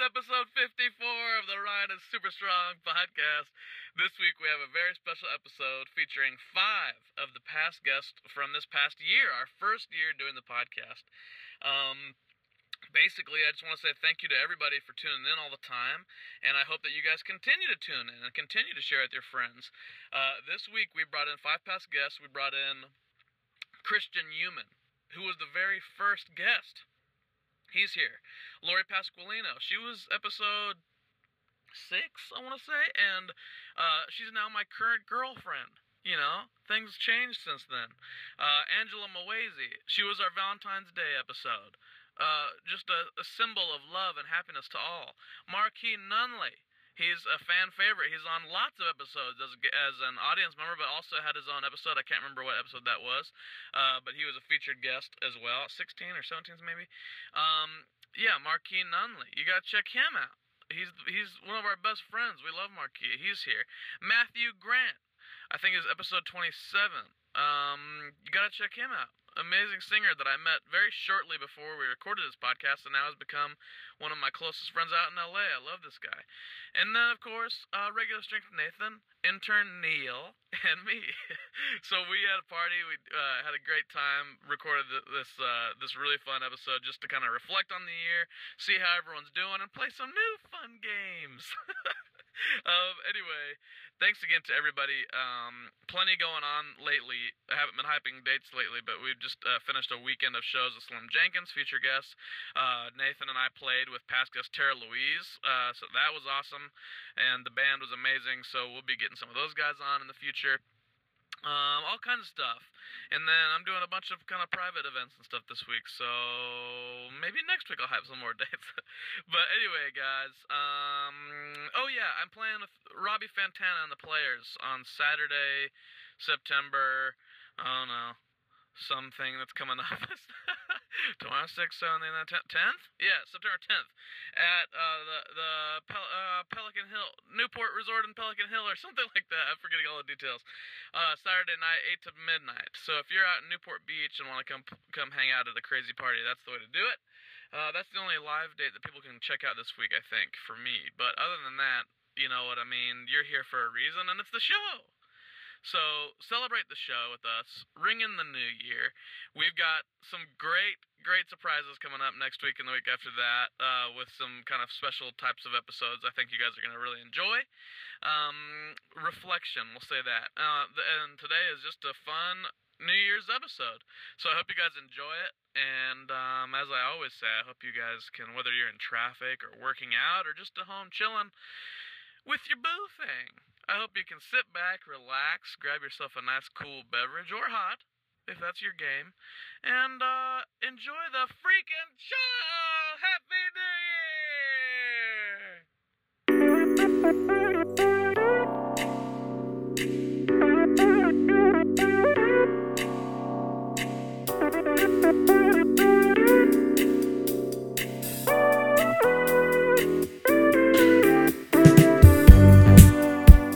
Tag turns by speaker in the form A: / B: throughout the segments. A: episode 54 of the Ride is Super Strong podcast. This week we have a very special episode featuring five of the past guests from this past year, our first year doing the podcast. Um, basically, I just want to say thank you to everybody for tuning in all the time, and I hope that you guys continue to tune in and continue to share with your friends. Uh, this week we brought in five past guests. We brought in Christian Human, who was the very first guest. He's here. Lori Pasqualino. She was episode six, I want to say, and uh, she's now my current girlfriend. You know, things changed since then. Uh, Angela Mowazi. She was our Valentine's Day episode. Uh, just a, a symbol of love and happiness to all. Marquis Nunley. He's a fan favorite. He's on lots of episodes as, as an audience member, but also had his own episode. I can't remember what episode that was, uh, but he was a featured guest as well, 16 or 17 maybe. Um, yeah, Marquis Nunley. You gotta check him out. He's he's one of our best friends. We love Marquis. He's here. Matthew Grant. I think is episode 27. Um, you gotta check him out. Amazing singer that I met very shortly before we recorded this podcast, and now has become one of my closest friends out in LA. I love this guy. And then, of course, uh, regular strength Nathan, intern Neil, and me. so we had a party. We uh, had a great time. Recorded th- this uh, this really fun episode just to kind of reflect on the year, see how everyone's doing, and play some new fun games. um, anyway, thanks again to everybody. Um, plenty going on lately. I haven't been hyping dates lately, but we've just uh, finished a weekend of shows with Slim Jenkins, feature guests. Uh, Nathan and I played with past guest Tara Louise, uh, so that was awesome, and the band was amazing. So we'll be getting some of those guys on in the future. Um, all kinds of stuff, and then I'm doing a bunch of kind of private events and stuff this week. So maybe next week I'll have some more dates. But anyway, guys. Um, oh yeah, I'm playing with Robbie Fantana and the Players on Saturday, September. I don't know something that's coming up. Tomorrow, sixth, seventh, and tenth. Yeah, September tenth at uh, the the Pel- uh, Pelican Hill Newport Resort in Pelican Hill or something like that. I'm forgetting all the details. Uh, Saturday night, eight to midnight. So if you're out in Newport Beach and want to come come hang out at a crazy party, that's the way to do it. Uh, that's the only live date that people can check out this week, I think, for me. But other than that, you know what I mean. You're here for a reason, and it's the show. So celebrate the show with us. Ring in the new year. We've got some great, great surprises coming up next week and the week after that, uh, with some kind of special types of episodes. I think you guys are going to really enjoy. Um, reflection, we'll say that. Uh, th- and today is just a fun New Year's episode. So I hope you guys enjoy it. And um, as I always say, I hope you guys can, whether you're in traffic or working out or just at home chilling, with your boo thing. I hope you can sit back, relax, grab yourself a nice cool beverage or hot, if that's your game, and uh, enjoy the freaking show! Happy New Year!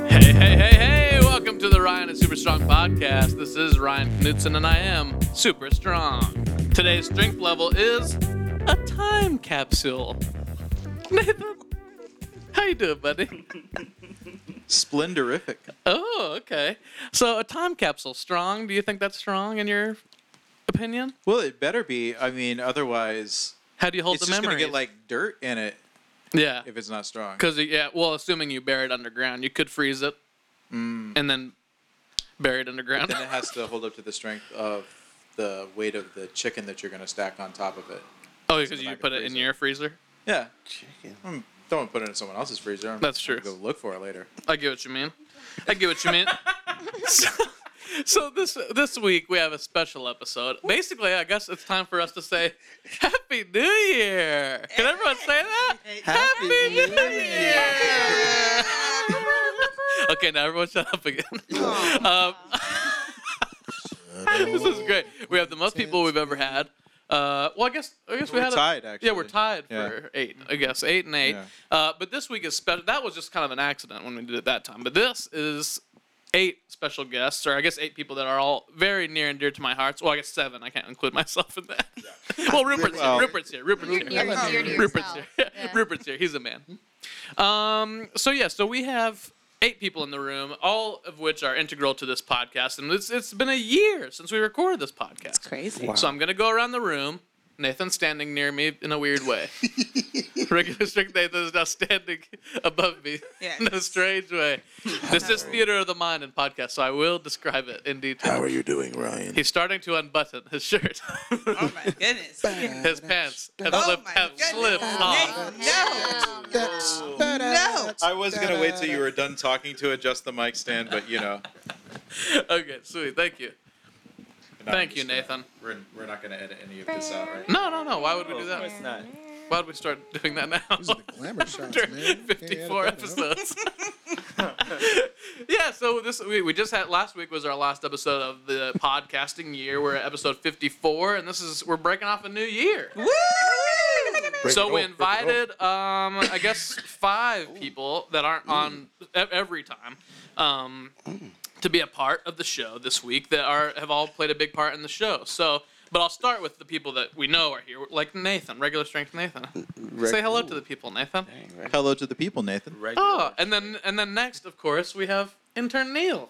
A: Hey, hey, hey, hey! Welcome to the Ryan and Super Strong podcast. This is Ryan Knudsen, and I am super strong. Today's strength level is a time capsule. Nathan, how you doing, buddy?
B: Splendorific.
A: Oh, okay. So a time capsule, strong. Do you think that's strong in your opinion?
B: Well, it better be. I mean, otherwise,
A: How do you hold
B: it's
A: the
B: just
A: memory?
B: gonna get like dirt in it
A: yeah,
B: if it's not strong.
A: because yeah. Well, assuming you bury it underground, you could freeze it and then bury Mm. it underground.
B: Mm. Then it has to hold up to the strength of the weight of the chicken that you're gonna stack on top of it.
A: oh, because
B: back
A: you
B: of
A: put
B: the
A: it in
B: freezer.
A: your freezer.
B: Yeah. Mm, Don't put it in someone else's freezer. I'm
A: That's true.
B: Go look for it later.
A: I get what you mean. I get what you mean. so, so this this week we have a special episode. Basically, I guess it's time for us to say Happy New Year. Can everyone say that? Happy New Year. okay, now everyone shut up again.
B: Oh,
A: Um, this is great. We have the most people we've ever had. Uh, well, I guess I guess we
B: We're
A: had a-
B: tied,
A: Yeah, we're
B: actually.
A: tied
B: Yeah.
A: for eight, I guess eight and eight.
B: Yeah.
A: Uh, but this week is special. That was just kind of an accident when we did it that time. But this is eight special guests, or I guess eight people that are all very near and dear to my hearts. Well, I guess seven. I can't include myself in that. well, Rupert's
B: Well-
A: here. Rupert's here. Rupert's
C: You're-
A: here.
C: you're dear to
A: Rupert's here.
C: yourself. Yeah.
A: Rupert's here. He's a man. Um, so yeah, so we have eight people in the room, all of which are integral to this podcast, and it's it's been a year since we recorded this podcast.
C: Crazy.
A: So I'm gonna go around the room. Nathan's standing near me in a weird way. Regular strict Nathan is now standing above me
C: Yes.
A: in a strange way. This is theater of the mind and podcast, so I will describe it in detail.
D: How are you doing, Ryan?
A: He's starting to unbutton his shirt.
C: Oh my goodness.
A: his pants have,
C: Oh
A: slipped,
C: my
A: have
C: goodness.
A: slipped off.
C: Nathan, no.
D: No.
B: I was
E: uh,
B: gonna wait till you were done talking to adjust the mic stand, but you know.
A: Okay, sweet. Thank you.
B: no,
A: Thank
B: I'm
A: you,
B: just gonna-
A: Nathan.
B: We're, we're not gonna edit any of this out, right?
A: No, no, no. Why would we do
F: Of course
A: that?
F: not.
A: Why would we start doing that now?
E: These are the glamour shots,
A: after
E: man. You can't edit
A: 54
E: that out.
A: episodes. yeah, so this we, we just had last week was our last episode of the podcasting year. We're at episode 54, and this is we're breaking off a new year.
C: Woo!
D: Break
A: so
D: it
A: we
D: up, break
A: invited,
D: it
A: um, I guess, five people that aren't on e- every time. Um, to be a part of the show this week that are have all played a big part in the show. So, but I'll start with the people that we know are here, like Nathan, regular strength Nathan. Say hello to the people, Nathan.
B: Hello to the people, Nathan.
F: Regular.
A: Oh, and then and then next, of course, we have intern Neil.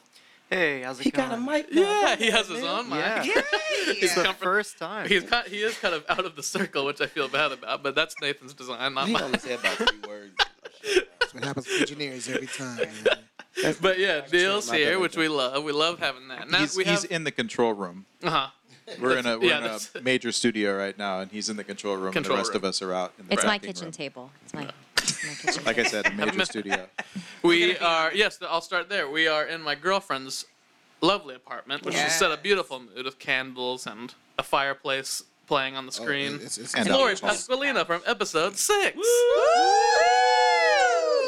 F: Hey, how's it
G: He
F: going?
G: got a mic. now.
A: Yeah, he has his own mic.
F: Yeah.
C: Yay!
F: It's the
A: Yeah.
F: first time.
A: He's kind, he is kind of out of the circle, which I feel bad about, but that's Nathan's design, not
G: He
A: mine.
G: only said about three words.
E: That's what happens with engineers every time. man.
A: But yeah, Neil's
G: not
A: here,
G: that
A: which we love. We love having that. Now
B: He's,
A: we
B: he's
A: have,
B: in the control room.
A: uh-huh.
B: We're in a we're
A: yeah,
B: in
A: that's-
B: a major studio right now, and he's in the control room. and the
A: Control
B: rest
A: room.
B: of us are out. In the
C: It's my
B: crafting
C: kitchen
B: room.
C: table. It's my, it's my kitchen
B: Like I said, a major
A: I'm-
B: studio.
A: We are yes. I'll start there. We are in my girlfriend's lovely apartment, which is set a
C: Yes.
A: beautiful mood with candles and a fireplace playing on the
E: Oh,
A: screen.
E: it's- it's-
B: And
E: it's-
A: Lori
B: It's awesome.
A: Pasqualina from episode six.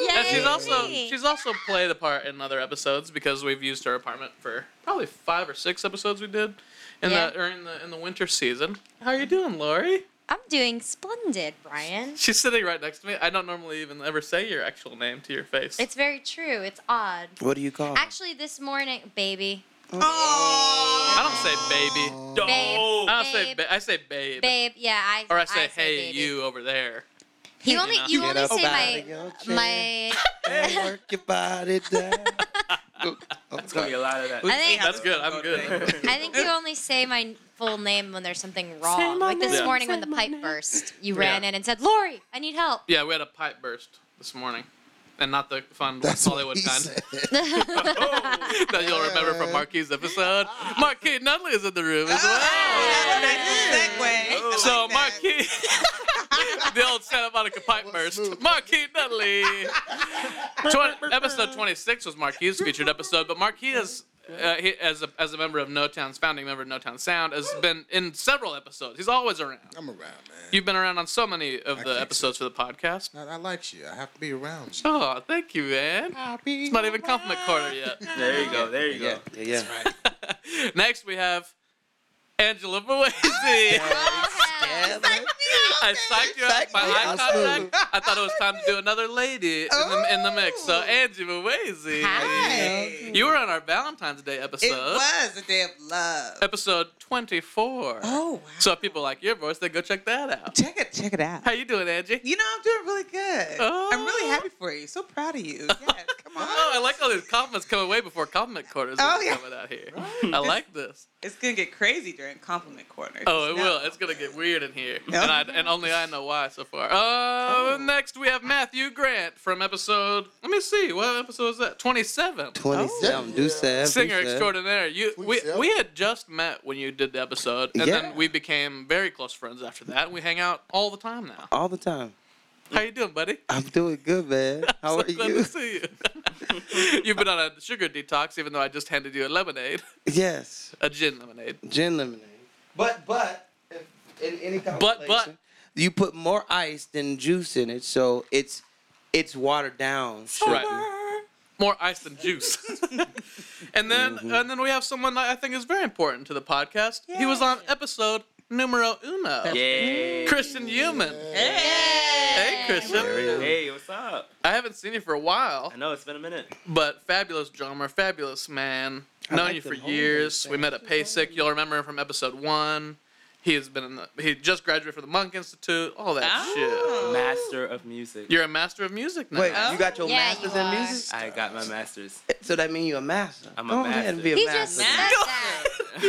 C: Yay!
A: And she's also she's also played a part in other episodes because we've used her apartment for probably five or six episodes we did in
C: Yeah.
A: the during the in the winter season. How are you doing, Lori?
C: I'm doing splendid, Brian.
A: She's sitting right next to me. I don't normally even ever say your actual name to your face.
C: It's very true. It's odd.
G: What do you call? him?
C: Actually, this morning, baby,
A: I don't say baby.
C: Babe.
A: I don't say
C: Babe.
A: ba- I say babe.
C: babe. Yeah, I.
A: Or I say hey
C: baby.
A: you over there.
C: He
A: you
C: only
A: know.
C: you
G: Get
C: only
G: up
C: say
G: outta
C: my
G: your chair.
C: my.
G: Hey, work your body down.
F: It's gonna be a lot of that.
C: I think
A: That's good. I'm good.
C: I think you only say my full name when there's something wrong.
G: my
C: like this
A: name,
C: morning when the pipe burst, you ran
A: Yeah.
C: in and said, "Lori, I need help."
A: yeah, we had a pipe burst this morning. And not the fun
E: That's what
A: Hollywood
E: he
A: kind.
E: said.
A: that you'll remember from Marquis' episode.
E: Ah.
A: Marquis Nunley is in the room as well.
C: Segue.
A: So Marquis, the old Santa Monica pipe burst. Marquis Nunley. Twen- episode 26 was Marquis' featured episode, but Marquis is. Uh, he, as, a, as a member of No Town's founding member of No Town Sound, has been in several episodes. He's always around.
E: I'm around, man.
A: You've been around on so many of the
E: can't
A: episodes for the podcast.
E: I, I like you. I have to be around you.
A: Oh, thank you, man. It's not even compliment corner yet.
F: There you go. There you
G: yeah,
F: go.
G: yeah, yeah.
A: Next, we have Angela
H: Oh,
A: Boise.
G: Yeah, man.
A: I psyched you up
G: Psyched
A: by
G: me
A: eye
G: out.
A: contact. I thought it was time to do another lady in the, in the mix. So, Angie Boise.
H: Oh. Hi.
A: You were on our Valentine's Day episode.
H: It was a day of love.
A: Episode 24.
H: Oh, wow.
A: So, if people like your voice, they go check that out.
H: check it, check it out.
A: How you doing, Angie?
H: You know, I'm doing really good.
A: Oh.
H: I'm really happy for you. So proud of you. Yes, come on.
A: Oh, I like all these compliments coming way before compliment quarters
H: Oh,
A: is
H: yeah.
A: coming out here. I like this.
H: It's gonna get crazy during compliment corner.
A: Oh, it
H: No.
A: will. It's gonna get weird in here,
H: No.
A: and, I, and only I know why so far. Uh, next we have Matthew Grant from episode. Let me see, what episode is that? Twenty-seven.
G: Twenty-seven. Do seven. do
A: Singer
G: seven.
A: extraordinaire. You, we,
E: 27.
A: we had just met when you did the episode, and
G: Yeah.
A: then we became very close friends after that. and We hang out all the time now.
G: All the time.
A: How you doing, buddy?
G: I'm doing good, man. How
A: so
G: are
A: glad
G: you?
A: to see you. You've been on a sugar detox, even though I just handed you a lemonade,
G: Yes.
A: a gin lemonade.
G: Gin lemonade. But but if, in any
A: but-
G: conversation, you put more ice than juice in it, so it's it's watered down.
A: Right. More ice than juice. and then
G: Mm-hmm.
A: and then we have someone that I think is very important to the podcast. He was on episode numero uno.
F: Yeah.
A: Christian Human.
H: Hey.
A: Hey, Christian.
F: Hey, what's up?
A: I haven't seen you for a while,
F: I know it's been a minute.
A: but fabulous drummer, fabulous man.
E: I
A: Known
E: like
A: you for
E: them all, those
A: years. We met at
E: things.
A: PASIC. You'll remember him from episode one. He has been in the. He just graduated from the Monk Institute. All that
C: Ah.
H: Oh.
F: Master of music.
A: shit. You're a master of music now.
G: Wait,
H: Oh.
G: you got your
C: Yeah,
G: master's
C: you
G: in
C: are.
G: music?
F: I got my master's.
G: So that means you're a master.
F: I'm a
G: Go ahead and be a
C: He just
G: master.
C: said that.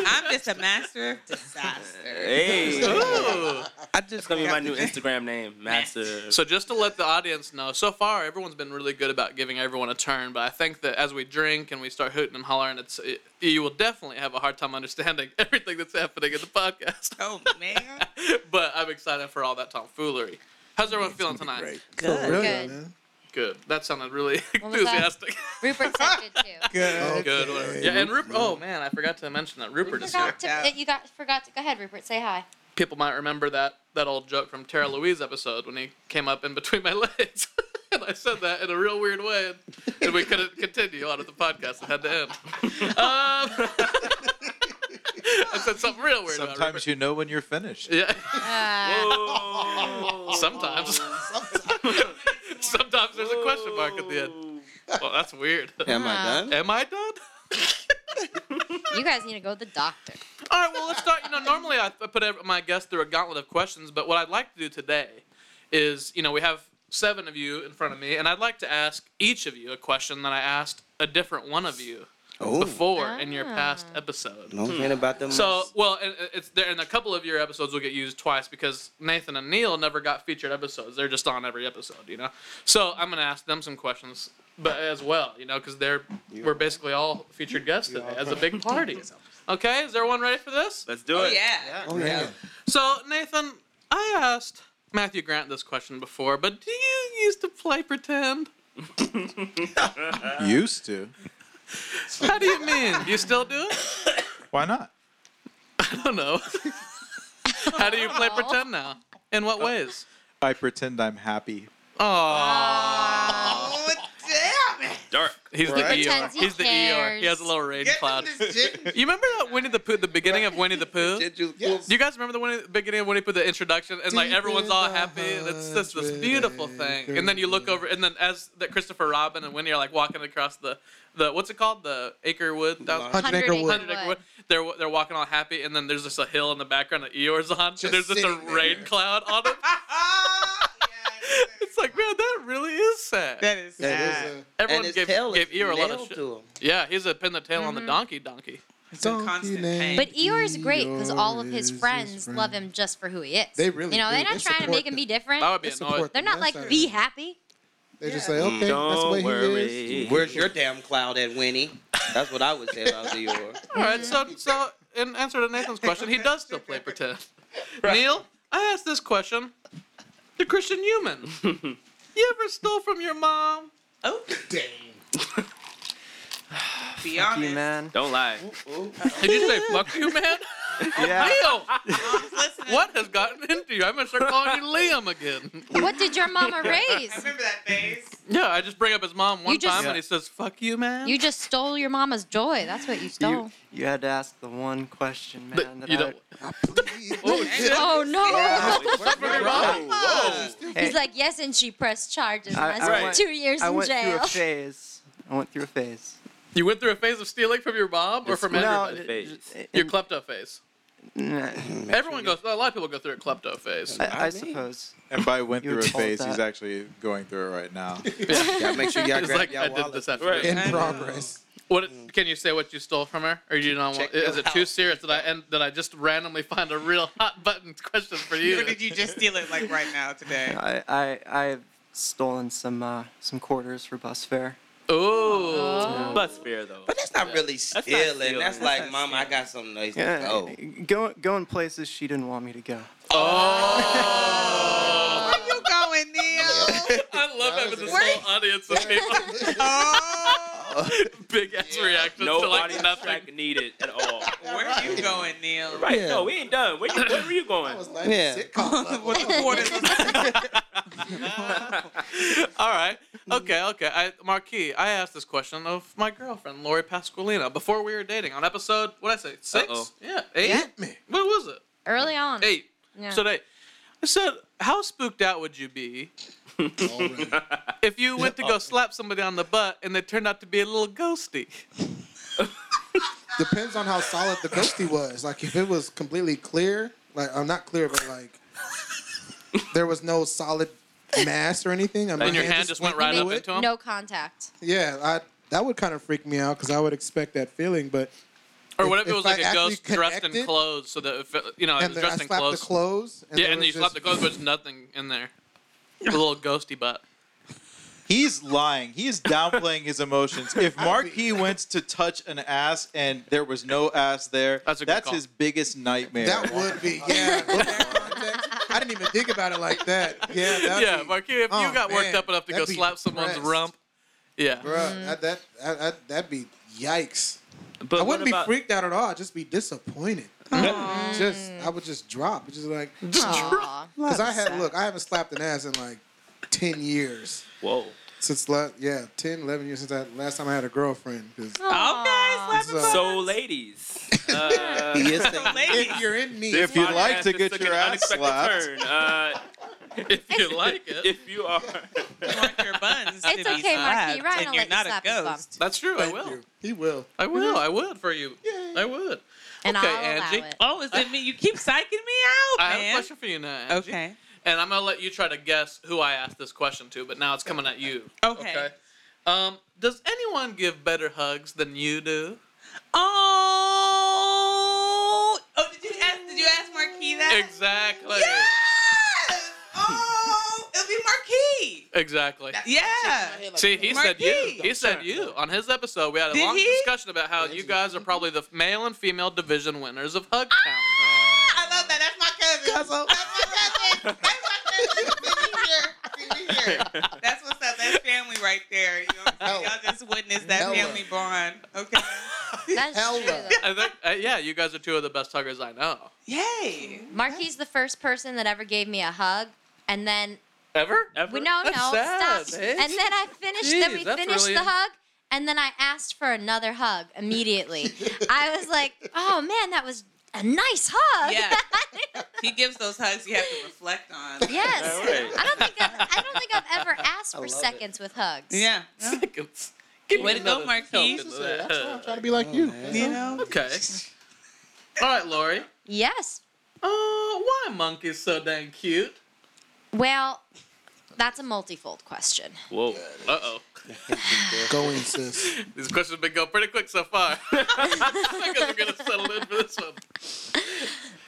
H: I'm just a master of disaster.
F: Hey.
A: Ooh.
G: I just
F: It's gonna be my new Instagram name, Master.
A: So just to let the audience know, so far everyone's been really good about giving everyone a turn, but I think that as we drink and we start hooting and hollering, it's it, you will definitely have a hard time understanding everything that's happening in the podcast.
H: Oh man.
A: but I'm excited for all that tomfoolery. How's everyone feeling tonight?
E: Good.
C: Good.
E: man.
A: Good. That sounded really
C: What was that?
A: enthusiastic.
C: Rupert said it too.
E: Good.
A: Good. Whatever. Yeah, and Rupert. Oh man, I forgot to mention that Rupert is here.
C: Forgot to, you got forgot to go ahead, Rupert. Say hi.
A: People might remember that that old joke from Tara Louise episode when he came up in between my legs. And I said that in a real weird way, and- and we couldn't continue on with the podcast. It had to end. Um, I said something real weird about
B: Sometimes
A: Rupert.
B: you know when you're finished.
A: Yeah,
C: Uh,
F: Whoa.
A: sometimes. sometimes there's a question mark at the end. Well, that's weird.
G: Am I done?
A: Am I done?
C: you guys need to go to the doctor.
A: All right, well, let's start. You know, normally I I put every- my guest through a gauntlet of questions, but what I'd like to do today is, you know, we have seven of you in front of me, and I'd like to ask each of you a question that I asked a different one of you
G: Oh,
A: before in your
C: Ah.
A: past episode.
G: no thing about them.
A: So, well, and and it's there, and a couple of your episodes will get used twice because Nathan and Neil never got featured episodes. They're just on every episode, you know. So I'm gonna ask them some questions, but as well, you know, because they're we're basically all featured guests today as a big party. Okay, is everyone ready for this?
F: Let's do
H: Oh
F: it.
H: yeah.
E: Oh, yeah.
A: So Nathan, I asked Matthew Grant this question before, but do you used to play pretend?
B: Used to.
A: How do you mean? You still do it?
B: Why not?
A: I don't know. How do you play pretend now? In what ways?
B: I pretend I'm happy.
A: Oh,
H: Oh damn it.
F: Dark.
A: he's the
E: Right?
A: Eeyore.
C: Pretends he
A: He's the Eeyor. He
C: cares.
A: has a little rain
H: Get
A: cloud.
H: them this ginger.
A: You remember that Winnie the Pooh, the beginning of Winnie the Pooh? Do
E: Yes.
A: you guys remember the, Winnie, the beginning of Winnie the Pooh, the introduction, and like
E: Deep
A: everyone's
E: in
A: all
E: the
A: happy, and it's just this beautiful thing. And then you look over, and then as that Christopher Robin and Winnie are like walking across the, the what's it called, the Acre Wood, thousand,
E: Hundred Acre Wood.
A: Hundred Acre Wood. They're they're walking all happy, and then there's just a hill in the background that Eeyore's on,
E: Just
A: and there's just a
E: sitting there.
A: rain cloud on it. It's like, man, that really is sad.
H: That is
G: That
H: sad.
A: Everyone
G: and his
A: gave,
G: tail
A: gave
G: is
A: Eeyore a lot of
G: nailed
A: shit.
G: to him.
A: Yeah, he's a pin the tail
H: Mm-hmm.
A: on the donkey donkey.
H: It's a constant pain.
C: But Eeyore's great because all of
E: Eeyore is
C: his
E: his
C: friends
E: friend.
C: love him just for who he is.
E: They really
C: You know,
E: do.
C: they're not trying to
E: They support
C: make him
E: them.
C: be different.
A: That would be
E: They
A: annoying.
E: support
C: They're not
E: That's
C: like
E: all
C: be
E: right.
C: happy.
E: They just say, okay, that's the
F: Don't
E: way he is.
F: worry.
G: Where's your damn cloud at, Winnie? That's what I would say about Dior.
A: All right, so
H: Mm-hmm.
A: so in answer to Nathan's question, he does still play pretend. Neil, I asked this question. The Christian human. You ever stole from your mom?
H: oh damn. Be honest.
F: man. Don't lie.
A: Did you say fuck you, man?
F: Yeah.
A: Neil,
H: Mom's listening.
A: what has gotten into you? I'm gonna start calling you Liam again.
C: What did your mama
H: I
C: raise?
H: remember that phase.
A: Yeah, I just bring up his mom one
C: You just-
A: time and he says fuck you, man.
C: You just stole your mama's joy. That's what you stole.
I: You had to ask the one question, man.
A: But
I: that
A: you
I: I,
A: don't.
E: Oh, shit.
C: Oh no!
A: Whoa.
C: He's like, yes, and she pressed charges. and
I: I-
C: I
I: I
C: spent
I: went-
C: two years
I: I
C: in
I: went
C: jail.
I: through a phase. I went through a phase.
A: You went through a phase of stealing from your mom or from everybody?
I: it-
F: Phase.
I: it-
A: Your
I: it-
A: klepto phase.
I: nah,
A: Everyone goes. A lot of people go through a klepto phase.
I: I, I suppose.
B: And by went
I: You
B: through a
I: told
B: phase,
I: that.
B: he's actually going through it right now.
G: Y'all make sure y'all
A: It's
G: grab
A: like
G: y'all
A: I did
G: wallet.
A: this after.
F: Right.
A: this.
E: In progress.
A: What can you say? What you stole from her, or you don't? Want,
G: Check
A: is
G: your
A: it too
G: house.
A: serious that I and that I just randomly find a real hot button question for
H: Or
A: you?
H: did you just steal it like right now today?
I: I, I, I've stolen some, uh, some quarters for bus fare.
A: Oh,
F: But fair though.
G: But that's not really
F: not
G: stealing. That's,
F: stealing. That's
G: like,
F: not
G: Mom, I got something nice to
I: Yeah.
A: Oh.
G: go.
I: Uh, Go, going places she didn't want me to go.
H: Where you going, Neil?
A: I love having
E: was
A: this
E: a-
A: whole audience of people.
H: oh,
A: Big ass reactions
F: No
A: to
F: body
A: like nothing.
F: track needed at all.
H: where you going, Neil?
F: Right.
E: Yeah.
F: No, we ain't done. Where, you, where were you going?
E: That was like
G: Yeah.
E: sitcom level.
H: With the quarters.
A: All right,
E: Mm-hmm.
A: okay, okay. I, Marquis, I asked this question of my girlfriend Lori Pasqualina before we were dating on episode. What I say? 6
F: Uh-oh.
A: Yeah, eight.
E: me.
A: What was it?
C: Early on.
A: Eight.
C: Yeah.
A: So they, I said, how spooked out would you be
E: Already.
A: if you went to go slap somebody on the butt and they turned out to be a little ghosty?
E: Depends on how solid the ghosty was. Like if it was completely clear, like I'm not clear, but like there was no solid mass or anything. I mean,
A: And your hand just went right up
E: through
A: into him?
C: No contact.
E: Yeah, I, that would kind of freak me out because I would expect that feeling, but
A: Or
E: If-
A: what if, it
E: if
A: was like
E: I
A: a
E: actually
A: ghost dressed in
E: connected-
A: clothes, so that if it, you know it
E: and
A: was
E: then I
A: dressed in
E: slapped
A: clothes.
E: the clothes. And
A: yeah,
E: there
A: and then you
E: was
A: slap the
E: just-
A: clothes, but there's nothing in there. A little ghosty butt.
B: He's lying. He is downplaying his emotions. If Marquis went to touch an ass and there was no ass there,
A: That's a good call.
B: his biggest nightmare.
E: That would be yeah. with that context, I didn't even think about it like that. Yeah, that'd
A: yeah,
E: be,
A: Marquis, if you
E: oh,
A: got worked
E: man,
A: up enough to go
E: that'd be
A: slap someone's
E: depressed.
A: rump, yeah.
E: bruh, that that I, I, that'd be yikes.
F: But
E: Mm-hmm. I
F: what
E: wouldn't be
F: about-
E: freaked out at all. I'd just be disappointed. just I would just drop. It's Just like
C: Aw.
E: because I had look, I haven't slapped an ass in like ten years
F: Whoa.
E: since la- yeah 10, 11 years since I last time I had a girlfriend. 'Cause
H: Okay,
E: So-
H: slap
F: So, ladies. Uh,
G: He is saying-
H: so ladies.
E: if you're in need,
B: If you'd like
F: podcast
B: to
F: just
B: get
F: took
B: your
F: an
B: ass
F: unexpected
B: slapped,
F: turn. Uh,
A: If you like it,
F: if you are.
H: You want your buns to
C: It's
H: be
C: okay, Marky. Ryan
H: slapped,
C: will let
H: and you're
C: you
H: not a
C: slap his bum. Mm-hmm.
H: ghost.
A: that's true. I
E: thank
A: will.
E: you. He will.
A: I will. I would for you.
E: Yay.
A: I would.
C: And
A: Okay,
C: I'll
A: Angie.
C: allow it.
H: Oh, is it me? You keep psyching me
A: I
H: out,
A: have a
H: man.
A: question for you now. Angie.
H: Okay.
A: And I'm gonna let you try to guess who I asked this question to, but now it's coming at you.
H: Okay.
A: Um, does anyone give better hugs than you do?
H: Oh. Oh, did you ask? Did you ask Marquis that?
A: Exactly.
H: Yes. Oh, it'll be
A: Exactly.
H: Marquis. Yeah.
A: See, he said you.
H: Marquis.
A: He said you. On his episode, we had a
H: Did
A: long
H: he?
A: discussion about how you guys are probably the male and female division winners of Hugtown.
H: I love that. That's my cousin. That's my cousin. That's my cousin. See me here. See me here. That's what's up. That's family right there. You know what I'm saying?
E: Hella.
H: Y'all just witnessed that
E: Hella.
H: family bond. Okay.
C: That's
E: Hella.
C: true. though.
A: I think, uh, yeah, you guys are two of the best huggers I know.
H: Yay.
C: Marky's the first person that ever gave me a hug, and then
A: Ever? Ever?
C: we no
A: That's
C: no
A: sad,
C: stop.
A: eh?
C: And then I finished. then
A: Jeez,
C: we
A: that's
C: finished
A: really-
C: the hug, and then I asked for another hug immediately. I was like, oh man, that was a nice hug.
H: Yeah. He gives those hugs you have to reflect on.
C: yes.
F: All right.
C: I don't think I've, I don't think I've ever asked
G: I
C: for
G: love it.
C: seconds with hugs.
H: Yeah. yeah.
A: Seconds. Give me
H: Way to go,
A: another
H: Marquis.
A: token to
E: That's why I'm
A: that
E: trying to be like you.
H: You know?
A: hug. Okay. All right, Lori.
C: Yes.
A: Uh, why are monkeys so dang cute?
C: Well, that's a multifold question.
F: Whoa.
A: Uh oh.
E: Go in, sis.
A: These questions have been going pretty quick so far. I guess we're gonna settle in for this one.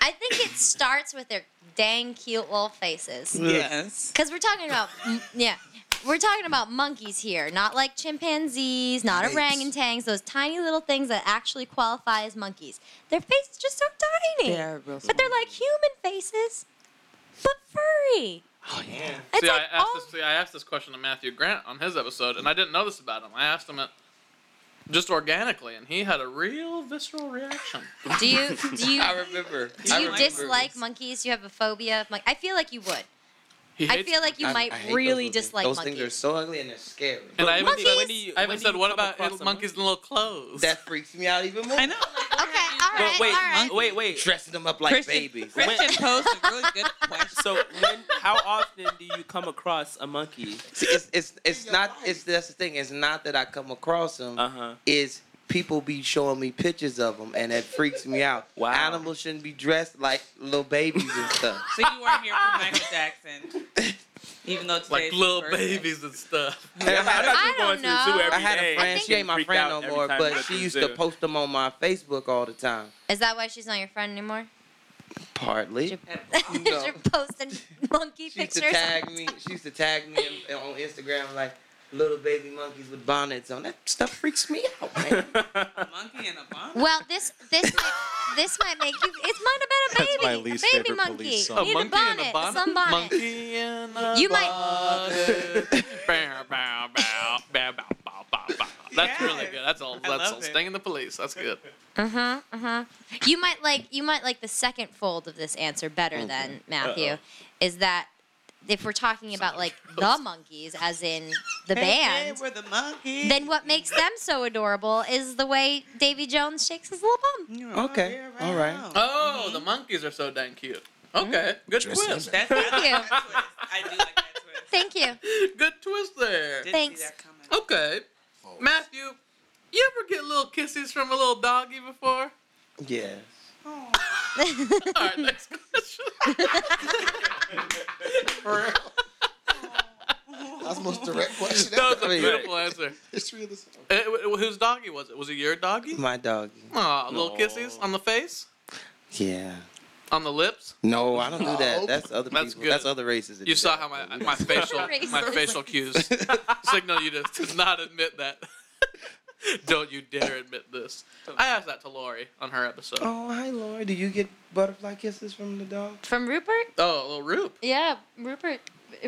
C: I think it starts with their dang cute little faces.
H: Yes.
C: Because we're talking about, m- yeah, we're talking about monkeys here, not like chimpanzees, not
E: Apes.
C: orangutans, those tiny little things that actually qualify as monkeys. Their face is just so tiny. but they're like human faces, but furry. Oh, yeah. It's
A: See,
C: like
A: I asked
C: all-
A: this. See, I asked this question to Matthew Grant on his episode, and I didn't know this about him. I asked him it just organically, and he had a real visceral reaction.
C: Do you, do you,
G: I remember.
C: do
G: I
C: you
G: remember.
C: dislike monkeys? Do you have a phobia of monkeys? I feel like you would.
A: He
C: I
A: hates-
C: feel like you
G: I-
C: might
G: I hate those
C: really
G: little things.
C: dislike
G: Those
C: monkeys.
G: things are so ugly and they're scary.
A: And I haven't
C: Monkeys?
A: said,
C: When
F: do you-
A: I
F: when
A: haven't
F: do
A: said
F: you
A: what
F: come
A: about
F: across
A: in-
F: a
A: monkeys in little clothes?
G: That freaks me out even more.
H: I know.
C: okay, all
F: But
C: right,
F: wait,
C: all right.
H: monkeys-
F: wait, wait.
G: Dressing them up like
H: Christian,
G: babies.
H: Christian posed a really good question.
F: So, when, how often do you come across a monkey?
G: See, it's it's it's not it's that's the thing. It's not that I come across them.
F: Uh
A: Uh-huh.
F: huh.
G: Is people be showing me pictures of them and it freaks me out.
F: Wow.
G: Animals shouldn't be dressed like little babies and stuff.
H: So you weren't here for Michael Jackson, even though today's
A: like
H: his
A: little
H: birthday.
A: babies and stuff.
G: And I had a-
C: I don't know.
G: I had a
F: day.
G: friend. She
F: Getting
G: ain't my
F: freaked
G: friend
F: out
G: no
F: every
G: more,
F: time you
G: but
F: go to
G: she
F: the
G: used
F: zoo.
G: to post them on my Facebook all the time.
C: Is that why she's not your friend anymore?
G: Partly. No.
C: You're posting monkey
G: She used to
C: pictures.
G: tag me. She used to tag me in- on Instagram like little baby monkeys with bonnets on. That stuff freaks me out, man.
H: A monkey and a bomb.
C: Well, this this might, this might make you. It might have been a baby,
B: That's my least
C: a baby
B: favorite
C: monkey.
B: police song.
C: You
A: A
C: need
A: monkey
C: bonnet,
A: in a bonnet.
C: some bonnet.
A: Monkey in a
C: You
A: bonnet. bow, bow, bow, bow, bow, bow, bow, bow. That's really
H: Yes.
A: good. That's all.
H: I
A: That's
H: love
A: all.
H: it.
A: Sting in the police. That's good.
C: Uh huh. Uh huh. You might like you might like the second fold of this answer better
B: Mm-hmm.
C: than Matthew. Is that if we're talking about like the monkeys, as in the
H: Hey, hey,
C: band,
H: we're the monkeys.
C: then what makes them so adorable is the way Davy Jones shakes his little bum.
H: You know,
G: Okay,
H: yeah,
G: all right.
H: now.
A: Oh, the monkeys are so dang cute. Okay, good
D: Dressing
A: twist.
H: Mm-hmm. That's
C: Thank you.
H: I do like that twist.
C: Thank you.
A: Good twist there.
H: Didn't
C: Thanks.
H: See that coming.
A: Okay, Oh. Matthew, you ever get little kisses from a little doggy before?
G: Yes.
A: All right, next question.
E: For real. That's the most direct question
A: That was
E: ever.
A: a beautiful answer.
E: It's real as
A: Eh, wh- whose doggy was it? Was it your doggy?
G: My doggy.
A: Aw, little kisses on the face,
G: Yeah.
A: on the lips.
G: No, I don't do that.
E: No.
G: That's other
A: That's
G: people.
A: good.
G: That's other races. that
A: You
G: do
A: saw
G: that.
A: how my my facial my
C: Racist.
A: facial cues signal you to, to not admit that. Don't you dare admit this. I asked that to Lori on her episode. Oh,
G: Oh, hi, Laura. Do you get butterfly kisses from the dog?
C: From Rupert?
A: little Roop.
C: Yeah, Rupert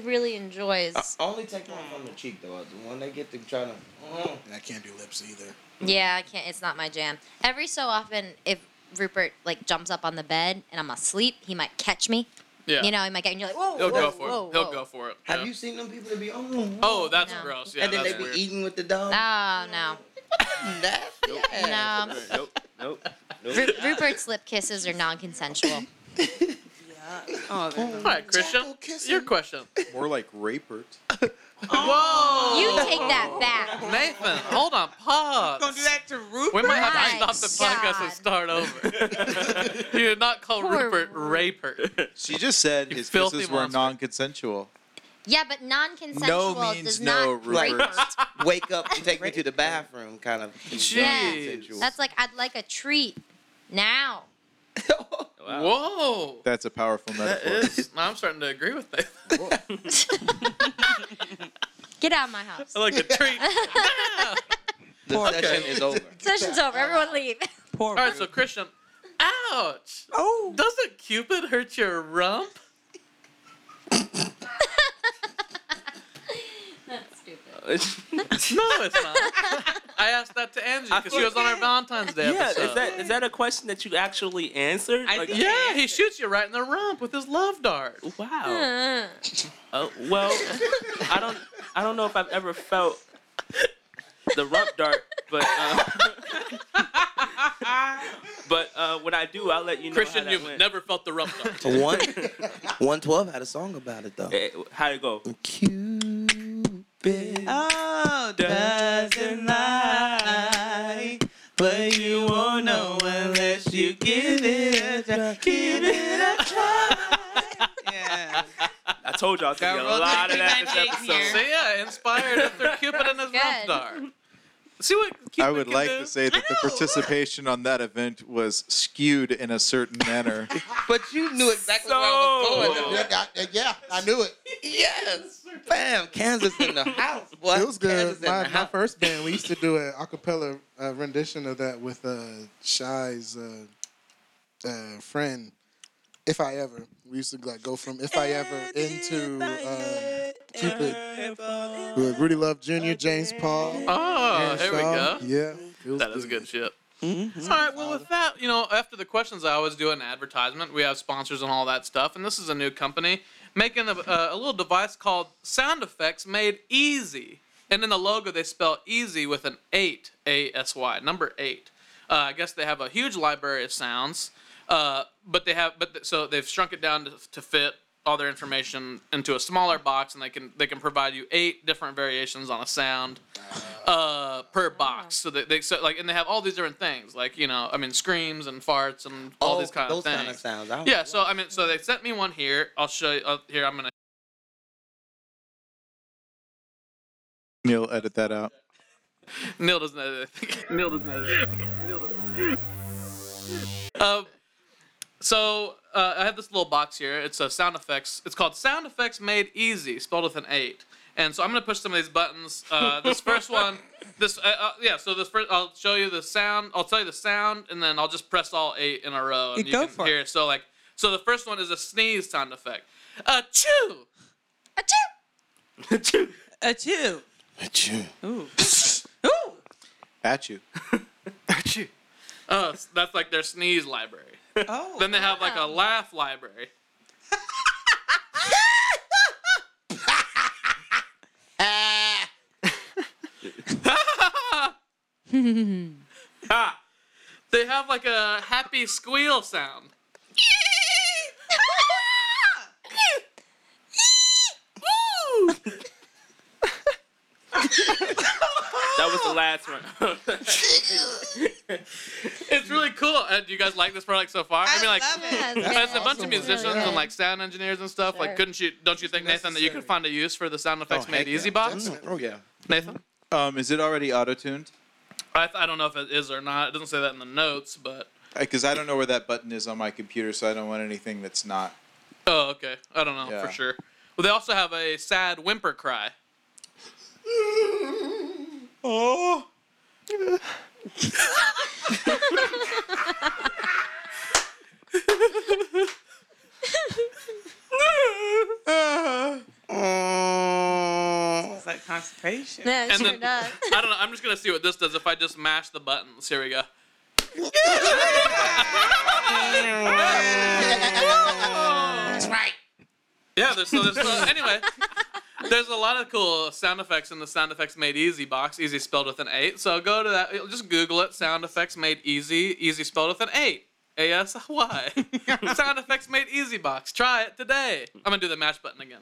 C: really enjoys.
G: I only take one from the cheek though. The one they get to try to. Mm.
E: I can't do lips either.
C: Yeah, I can't. It's not my jam. Every so often, if Rupert like jumps up on the bed and I'm asleep, he might catch me.
A: Yeah.
C: You know, he might get and you're like, whoa,
A: He'll
C: whoa,
A: go for
C: whoa,
A: it. He'll
C: whoa.
A: go for it.
G: Have
A: yeah.
G: you seen them people that be on?
A: Oh, that's
C: No.
A: gross. Yeah,
G: and then
A: that's
G: they be
A: weird.
G: eating with the dog.
C: Oh no,
G: That's yeah.
C: no.
G: Nope. Nope.
C: Ru- Rupert's lip kisses are non-consensual. Oh,
A: All right, Christian, your question.
B: More like Rapert.
A: Whoa,
C: You take that back.
A: Nathan, hold on, pause.
H: Gonna do that to Rupert?
A: We might have
C: My
A: to stop the podcast and
C: God.
A: start over. you did not call
C: Poor
A: Rupert Rapert.
B: She just said
A: You
B: his
A: filthy
B: kisses were
A: monster.
B: non-consensual.
C: Yeah, but non-consensual
B: no means
C: does
B: no,
C: not.
B: Rupert.
G: Wake up and take me to the bathroom, kind of.
A: Jeez.
C: That's like I'd like a treat now.
A: Whoa.
B: That's a powerful
A: That
B: metaphor.
A: is. I'm starting to agree with that.
C: Get out of my house.
A: I like a treat.
G: the session is over.
C: Session's over. Everyone leave.
A: All right, so Christian, ouch.
H: Oh.
A: Doesn't Cupid hurt your rump?
C: That's stupid.
A: No, it's not. I asked that to Angie because she was on our Valentine's Day
F: Yeah,
A: episode.
F: is that is that a question that you actually answered?
H: I
F: Like,
H: think-
A: yeah, he shoots you right in the rump with his love dart.
F: wow.
C: Uh,
F: Oh well, I don't I don't know if I've ever felt the rump dart, but uh, but uh, when I do, I'll let you know.
A: Christian,
F: how that
A: you've
F: went.
A: never felt the rump dart.
G: One, one twelve had a song about it though.
F: Eh, How'd it go?
G: Cupid
H: Oh,
G: doesn't lie, but you won't know unless you give it a try. Give it a try.
H: yeah.
F: I told y'all I was gonna get a
H: Got
F: lot of that this
H: 1998
F: episode.
H: here.
A: so yeah, inspired after Cupid and his rump
C: Good.
A: dart. See what Cupid
B: I would
A: can
B: like
A: do?
B: to say that the
H: know.
B: participation on that event was skewed in a certain manner.
G: But you knew exactly where I was
F: So-
G: going.
E: Yeah, I, yeah, I knew it.
G: Yes, bam, Kansas in the house. Boy.
E: It was
G: Kansas
E: good.
G: in
E: My,
G: the
E: my
G: house.
E: first band, we used to do an acapella uh, rendition of that with uh, Shy's uh, uh, friend, If I Ever. We used to like go from If I Ever into uh, Cupid. With Rudy Love Jr., James Paul.
A: Oh,
E: Aaron
A: here we
E: Shaw.
A: go.
E: Yeah. it was
A: That is good shit. All right, well, with that, you know, after the questions, I always do an advertisement. We have sponsors and all that stuff, and this is a new company making a, uh, a little device called Sound Effects Made Easy. And in the logo, they spell easy with an 8, A S Y, number 8. Uh, I guess they have a huge library of sounds, uh, but they have, but th- so they've shrunk it down to, to fit all their information into a smaller box, and they can they can provide you eight different variations on a sound uh, per box. So they, they so like and they have all these different things like you know I mean screams and farts and all
G: Oh,
A: these kind
G: those
A: of things.
G: kind of sounds. I
A: yeah. So I mean, so they sent me one here. I'll show you uh, here. I'm gonna.
B: Neil, edit that out.
A: Neil doesn't know. that I think. Neil doesn't know. that. Um, so uh, I have this little box here. It's a sound effects. It's called Sound Effects Made Easy, spelled with an eight. And so I'm gonna push some of these buttons. Uh, this first one, this uh, uh, yeah. So this first, I'll show you the sound. I'll tell you the sound, and then I'll just press all eight in a row, and
H: You
A: you
H: go
A: can
H: for it.
A: hear. So like, so the first one is a sneeze sound effect. A chew.
C: achoo!
H: A two.
D: Achoo.
H: Ooh.
B: At you.
A: Oh, s- that's like their sneeze library.
H: Oh.
A: Then they have like a laugh library.
G: Ah.
A: Ha! They have like a happy squeal sound. was the last one. it's really cool. Uh, do you guys like this product so far? I, mean, like,
C: Yeah,
A: it's
C: that's
A: a bunch
E: awesome.
A: of musicians
C: Yeah.
A: and like sound engineers and stuff. Like,
C: Sure.
A: couldn't you? Don't you think Nathan that you could
E: necessary.
A: find a use for the sound effects
D: Oh,
A: made
D: heck yeah,
A: easy box?
E: definitely.
D: Oh yeah.
A: Nathan,
B: Um, is it already auto tuned?
A: I, I don't know if it is or not. It doesn't say that in the notes, but
B: Because I don't know where that button is on my computer, so I don't want anything that's not.
A: oh, okay. I don't know
B: Yeah.
A: for sure. Well, they also have a sad whimper cry.
B: Oh.
F: It's like constipation.
C: Yeah, it
A: And
C: sure
A: then-
C: does.
A: I don't know. I'm just gonna see what this does if I just mash the buttons. Here we go.
F: That's right.
A: Yeah, there's so there's uh, anyway. There's a lot of cool sound effects in the Sound Effects Made Easy box. Easy spelled with an eight. So go to that. Just Google it. Sound Effects Made Easy. Easy spelled with an eight. A S Y. sound Effects Made Easy box. Try it today. I'm gonna do the mash button again.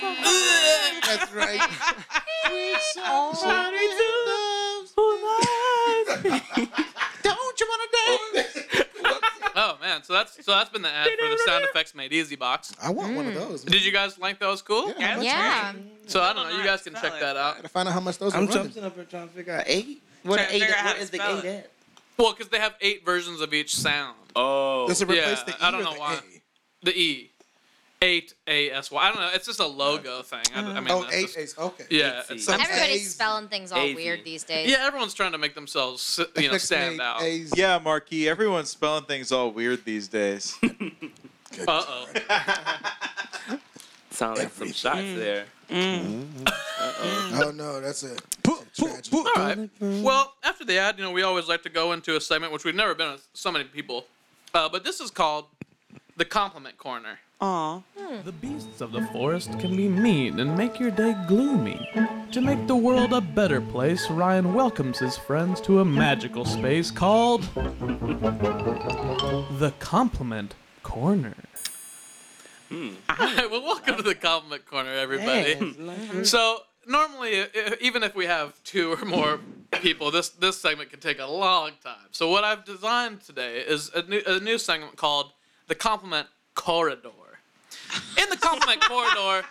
E: That's right.
A: Oh man, so that's so that's been the ad for the Sound Effects Made Easy box.
E: I want one of those. man.
A: Did you guys like those? Cool.
E: Yeah, I'm
C: yeah.
A: So I don't know. You guys can check that out.
E: gotta find out how much those are
G: I'm
E: running.
G: jumping up and trying to figure out eight. What
F: Trying to
G: eight?
F: figure out how
G: What
F: to
G: is the
F: spell
G: eight
F: it.
G: at?
A: Well, because they have eight versions of each sound. Oh.
E: Does it replace
A: yeah,
E: the E
A: I don't
E: or
A: know
E: the
A: why.
E: A?
A: The E. 8ASY. I don't know. It's just a logo thing. I, I mean,
E: Oh,
A: that's
E: eight
A: just-
E: is okay.
A: Yeah.
E: Eight
A: it's-
E: seed.
C: Everybody's
E: A's.
C: spelling things all
A: A's.
C: weird these days.
A: yeah, everyone's trying to make themselves, you know,
E: Six,
A: stand
E: eight,
A: out. Uh
E: A's.
B: Yeah, Marquis. Everyone's spelling things all weird these days.
A: oh.
D: Sound like some shots there.
E: Mm-hmm. Oh no, that's a tragedy.
A: All right. Well, after the ad, you know, we always like to go into a segment which we've never been with so many people. Uh, but this is called the compliment corner.
F: Aw.
J: The beasts of the forest can be mean and make your day gloomy. To make the world a better place, Ryan welcomes his friends to a magical space called the Compliment Corner.
A: All right, Hmm. well, welcome to the compliment corner, everybody. So normally, i- i- even if we have two or more people, this this segment can take a long time. So what I've designed today is a new, a new segment called the compliment corridor. In the compliment corridor,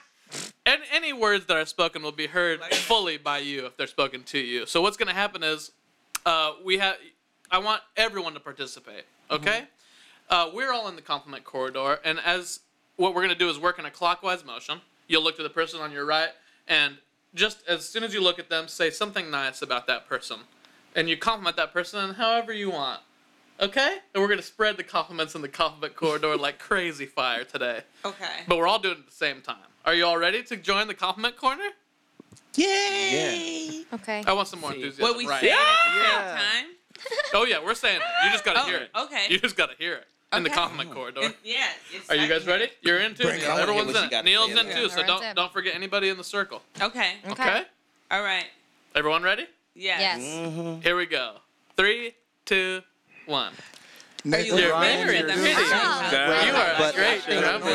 A: and any words that are spoken will be heard fully by you if they're spoken to you. So what's going to happen is, uh, we have I want everyone to participate. Okay. Uh, we're all in the compliment corridor, and as what we're gonna do is work in a clockwise motion. You'll look to the person on your right, and just as soon as you look at them, say something nice about that person, and you compliment that person however you want. Okay? And we're gonna spread the compliments in the compliment corridor like crazy fire today.
F: Okay.
A: But we're all doing it at the same time. Are you all ready to join the compliment corner?
G: Yay!
C: Okay.
A: I want some more enthusiasm.
F: What we
A: right.
F: say
G: Yeah.
F: at
A: Oh yeah, we're saying it. You just gotta
F: Oh,
A: hear it.
F: okay.
A: You just gotta hear it in the
F: Okay.
A: compliment corridor.
F: the same time. Yeah. it's
A: Are you guys
F: second.
A: ready? You're in too.
D: Bring it.
A: Neil.
D: I wanna hear
A: Everyone's
D: what
A: in
D: you
A: it.
D: gotta
A: Neil's
D: say
A: in
D: about
A: too,
D: it.
A: so
C: Everyone's
A: don't
C: in.
A: don't forget anybody in the circle.
F: Okay.
C: Okay.
A: Okay?
F: All right.
A: Everyone ready?
F: Yes.
C: Yes.
H: Mm.
A: Here we go. Three, two, one.
E: Nathan
A: You're
E: Ryan,
A: very
E: you're-
A: pretty.
C: Ah.
A: You are
D: But-
A: great.
D: You
E: I
D: know,
A: drummer.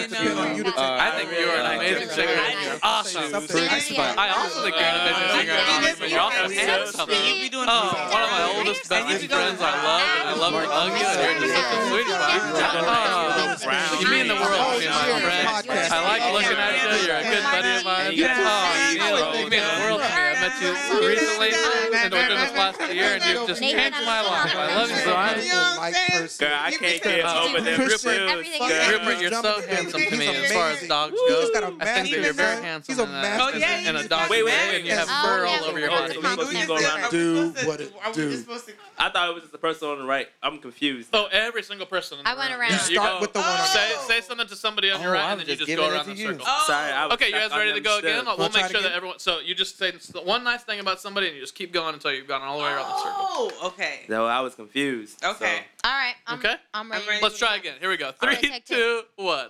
E: want you to take
D: I
A: I think you are an
D: Uh,
A: amazing
D: uh,
A: singer.
C: uh,
A: You're awesome.
E: something.
C: Very
B: Inspired.
A: I also think you're an amazing
F: Uh,
A: singer. and
F: I
A: awesome,
F: think
A: but You're also
F: that's-
A: handsome.
F: You be doing
A: Oh, one of my
C: I
A: oldest
C: used to
A: best
C: do
A: friends
C: that.
A: I love, and I love to hug you, and you're just such a sweetheart. Oh, You mean the world to me, my friend. I like looking at you. You're a good buddy of mine.
D: And you
A: Oh,
D: too,
A: you
D: Neil.
A: mean the world to me. I met you recently and within this last year, and you've just changed my life. I love you so much.
E: like person.
D: Girl, I can't
A: Uh,
D: get over them
E: Christian,
D: ripples,
C: everything
D: girl.
C: is-
A: Rupert, you're so
E: Jumping
A: handsome
E: baby.
A: to me
E: He's
A: as far as
E: amazing.
A: dogs
E: He's
A: go.
E: just got a
A: I think that you're
E: massive
A: very
E: nose.
A: handsome
E: He's a
A: and, uh,
E: massive
F: Oh, yeah,
A: and a
F: he's
A: dog
F: massive. Wait, wait,
A: head,
F: wait.
A: and you have
E: Oh,
A: fur
C: yeah,
A: all over your
C: we
A: body.
C: were
D: supposed to go
F: Compliment.
D: around.
F: Are we
E: Do
F: supposed to-
E: what it
F: are we
E: do.
F: just supposed to-
D: I thought it was just the person on the right. I'm confused.
A: Oh, every single person. in
C: I
A: the
C: went
A: room.
C: around.
A: Yeah,
C: You
A: go-
E: Start with the one on
A: Say,
E: the
F: Oh.
A: say something to somebody on your
G: Oh,
A: right,
G: I
A: and
G: was
A: then you
G: just
A: just
G: giving
A: go
G: it
A: around
G: to
A: the
G: you.
A: circle.
F: Oh.
D: Sorry, I was
A: Okay, you guys
D: I
A: ready to go again?
D: misunderstood.
A: We'll
E: try
A: make
E: it
A: sure that
E: again.
A: everyone. So you just say one nice thing about somebody, and you just keep going until you've gone all the way around the circle.
F: Oh, okay.
D: No, I was confused.
F: Okay.
C: All right. I'm,
A: Okay.
C: I'm ready.
F: ready.
A: Let's try again. Here we go.
C: right,
A: Three,
C: take two.
A: two, one.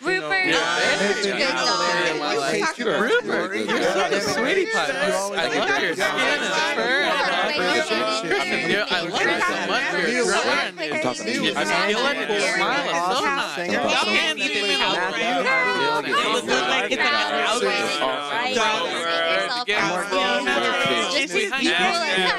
C: Rupert.
G: Yeah.
C: Oh,
G: Hey,
C: good
G: yeah,
C: dog.
G: my life.
A: Rupert, you're such a sweetie pie. I love your skin and fur.
C: Thank
A: Yeah, I love it so much. You're sweating. I'm feeling it. Your smile is so nice.
G: You're
A: Your hands
H: awesome.
A: even out there.
H: Matthew,
G: you are really
A: Yeah.
G: good.
C: Right. Yourself
A: Get
C: out.
A: us all
C: Yeah.
A: together.
C: Just
A: We
C: keep
A: hang
C: people
A: out. Yeah.
C: inside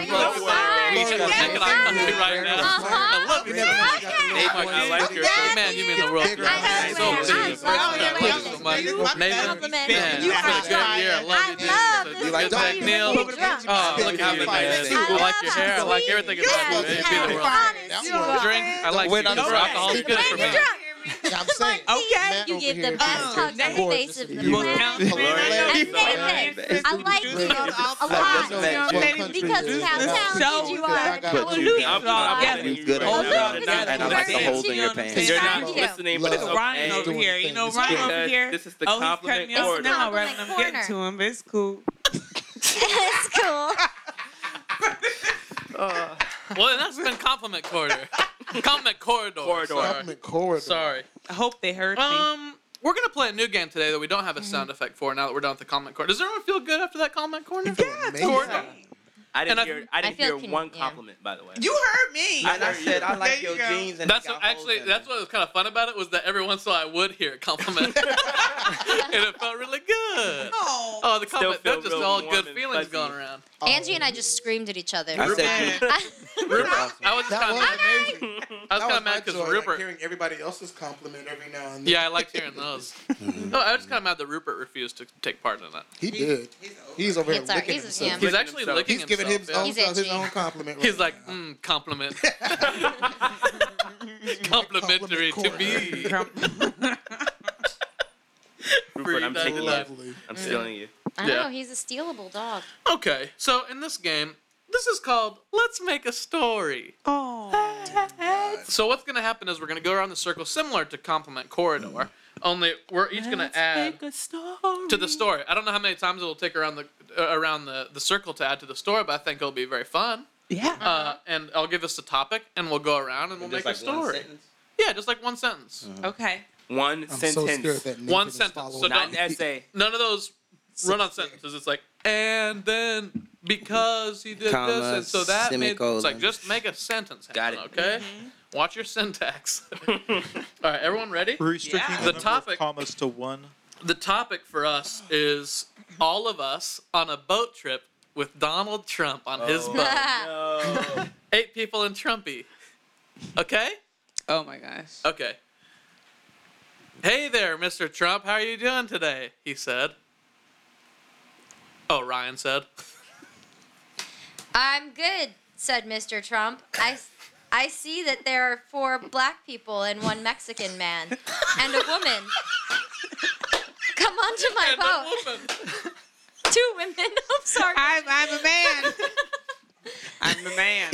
C: your side.
A: We should
C: Yes,
A: make an eye contact
C: I
A: right now.
C: Uh-huh.
A: I love you so much.
C: Okay.
A: Oh my
D: I
A: God.
D: like your
C: Yeah.
A: Man, you mean the world.
E: Big
A: to me.
E: eyes.
A: So pleased. I love you so much. Nathan, man,
C: Compliment. You
A: it's been
C: rock.
A: a good year. I love you, dude. So
C: I love this.
A: you
C: is
A: Just like
C: you.
A: Neil.
C: You drunk.
A: Oh, look how
E: Yeah.
A: good I am. I like your hair. I like everything about you.
C: Yes,
A: man. You mean the
C: yes,
A: world.
C: honest, you are.
A: Drink. I like
B: When
A: you.
B: I'm
A: Your
B: drunk.
A: alcohol is good
C: When
A: for
C: you're
A: me.
C: drunk,
E: I'm saying.
H: Okay.
C: you
E: over
C: give the
E: here.
C: best hugs on the face of the planet. I like you a lot.
H: You know what I'm saying?
C: Because of how talented you are.
D: I'm not listening to you right
C: Oh, no,
D: now. Not-
C: that's
D: I'm not
C: the
D: the whole-
C: thing.
D: You're not
C: Thank you.
D: listening, but it's
E: Love.
H: Ryan over
D: okay.
E: doing
H: here,
E: the
H: you know,
E: things.
H: Ryan
D: Because
H: over here.
D: This is the
H: Oh, he's cutting
D: compliment
H: me off
C: It's
D: corner.
H: now,
C: not
H: right?
C: like
H: I'm getting
C: corner.
H: to him, but it's cool.
C: It's cool.
A: Well, and that's been compliment corridor. compliment corridor.
D: Corridor.
A: Sorry.
E: Government corridor.
A: Sorry.
H: I hope they heard me.
A: Um, we're gonna play a new game today that we don't have a sound effect for. Now that we're done with the comment corner, does everyone feel good after that comment corner?
E: Amazing.
D: I
A: And I-
D: didn't hear. I didn't
C: feel
D: hear
C: con-
D: one
C: yeah.
D: compliment, by the way.
H: You heard me.
G: And I said I like
H: There
G: your
H: you go.
G: jeans. And
A: That's
G: they got
A: what,
G: holes
A: actually
G: in
A: that's what was kind of fun about it was that every once in a while I would hear a compliment, and it felt really good.
H: Oh.
A: Oh, the compliment!
D: feel
A: They're just
D: real
A: all
D: warm
A: good
D: and
A: feelings
D: fuzzy.
A: going around.
C: Angie and I just screamed at each other.
G: I said
H: Yeah.
A: Rupert, I was just
E: That
A: kind
E: was
A: of,
E: amazing.
A: I was
E: That
A: kind
E: was
A: of
E: my
A: mad
E: joy,
A: because
E: like,
A: Rupert.
E: hearing everybody else's compliment every now and then.
A: yeah, I liked hearing those. no, I was just kind of mad that Rupert refused to take part in that.
E: He did.
H: He's over.
E: He's over here
C: It's all right.
E: licking
C: He's-
E: himself.
C: yeah.
A: He's
D: Licking
A: actually
D: himself.
A: licking
E: He's giving
A: himself.
E: his
A: yeah.
E: own,
C: He's
E: self, his
C: itchy.
E: own compliment. Right
A: He's like,
E: now.
A: mm, compliment. Complimentary to me.
D: Rupert, I'm
A: Free
D: taking
A: that
D: that.
E: Lovely.
D: I'm stealing you.
C: I
A: Yeah.
C: know, he's a stealable dog.
A: Okay, so in this game, this is called Let's Make a Story.
H: Oh.
A: So what's going to happen is we're going to go around the circle similar to Compliment Corridor, only we're each going to add to the story. I don't know how many times it'll take around the uh, around the, the circle to add to the story, but I think it'll be very fun.
H: Yeah.
A: Uh, and I'll give us the topic, and we'll go around and we'll make
G: Just
A: a
G: like one
A: story.
G: sentence. Mm-hmm.
A: Yeah, just like one sentence,
H: Okay.
D: One
E: I'm so scared
D: sentence,
E: that Nathan
A: One
E: is
A: sentence.
E: following
A: So
E: me.
D: not an essay.
A: none of those run-on sentences. It's like and then because he did this
G: Comma,
A: and so that made it's like
G: semicolon.
A: just make a sentence.
D: Got
A: happen,
D: it.
A: Okay.
H: Mm-hmm.
A: Watch your syntax. All right, everyone ready?
B: Restricting
H: Yeah.
B: the,
A: The
B: number
A: topic-
B: of commas to one.
A: The topic for us is all of us on a boat trip with Donald Trump on his
D: Oh.
A: boat.
D: No.
A: Eight people in Trumpy. Okay?
H: Oh my gosh.
A: Okay. Hey there, Mr. Trump. How are you doing today? He said. Oh, Ryan said.
C: I'm good, said Mr. Trump. I, I see that there are four black people and one Mexican man and a woman. Come onto my
A: And a
C: boat.
A: woman.
C: Two women. I'm sorry.
H: I'm, I'm a man. I'm a man.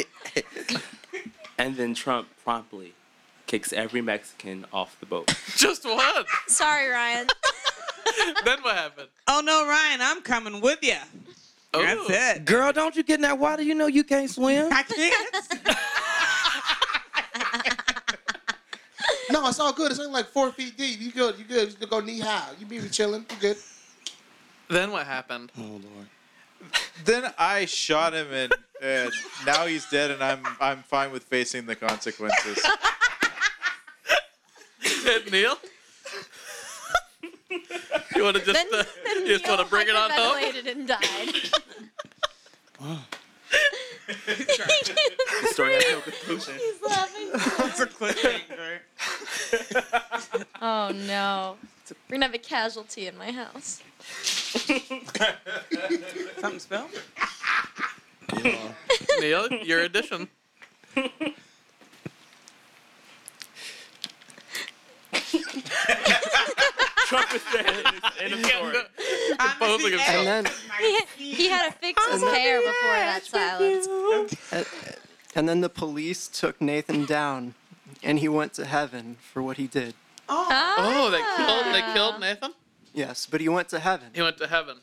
D: And then Trump promptly kicks every Mexican off the boat.
A: Just one.
C: Sorry, Ryan.
A: then what happened? Oh.
H: Oh no, Ryan, I'm coming with you.
A: Ooh.
H: That's it.
G: Girl, don't you get in that water? You know you can't swim.
H: I can't.
E: No, it's all good. It's only like four feet deep. You good? You good? You go knee high. You be chilling. You good?
A: Then what happened?
G: Oh Lord.
B: Then I shot him, and, and now he's dead, and I'm I'm fine with facing the consequences.
A: Did Neil? you want to just,
C: Then-
A: uh, you just want to bring it on home?
C: Hyperventilated and died.
D: The story has no conclusion.
C: He's laughing.
H: It's a cliffhanger.
C: Oh no. We're gonna have a casualty in my house.
H: Something spelled?
A: Neil, your addition.
D: Trump is dead in the, in the story.
A: Posing himself.
I: And then,
C: He, he had to fix his hair before that silence.
I: and then the police took Nathan down, and he went to heaven for what he did.
A: Oh, they
C: Ah.
A: killed, they killed Nathan?
I: Yes, but he went to heaven
A: He went to heaven.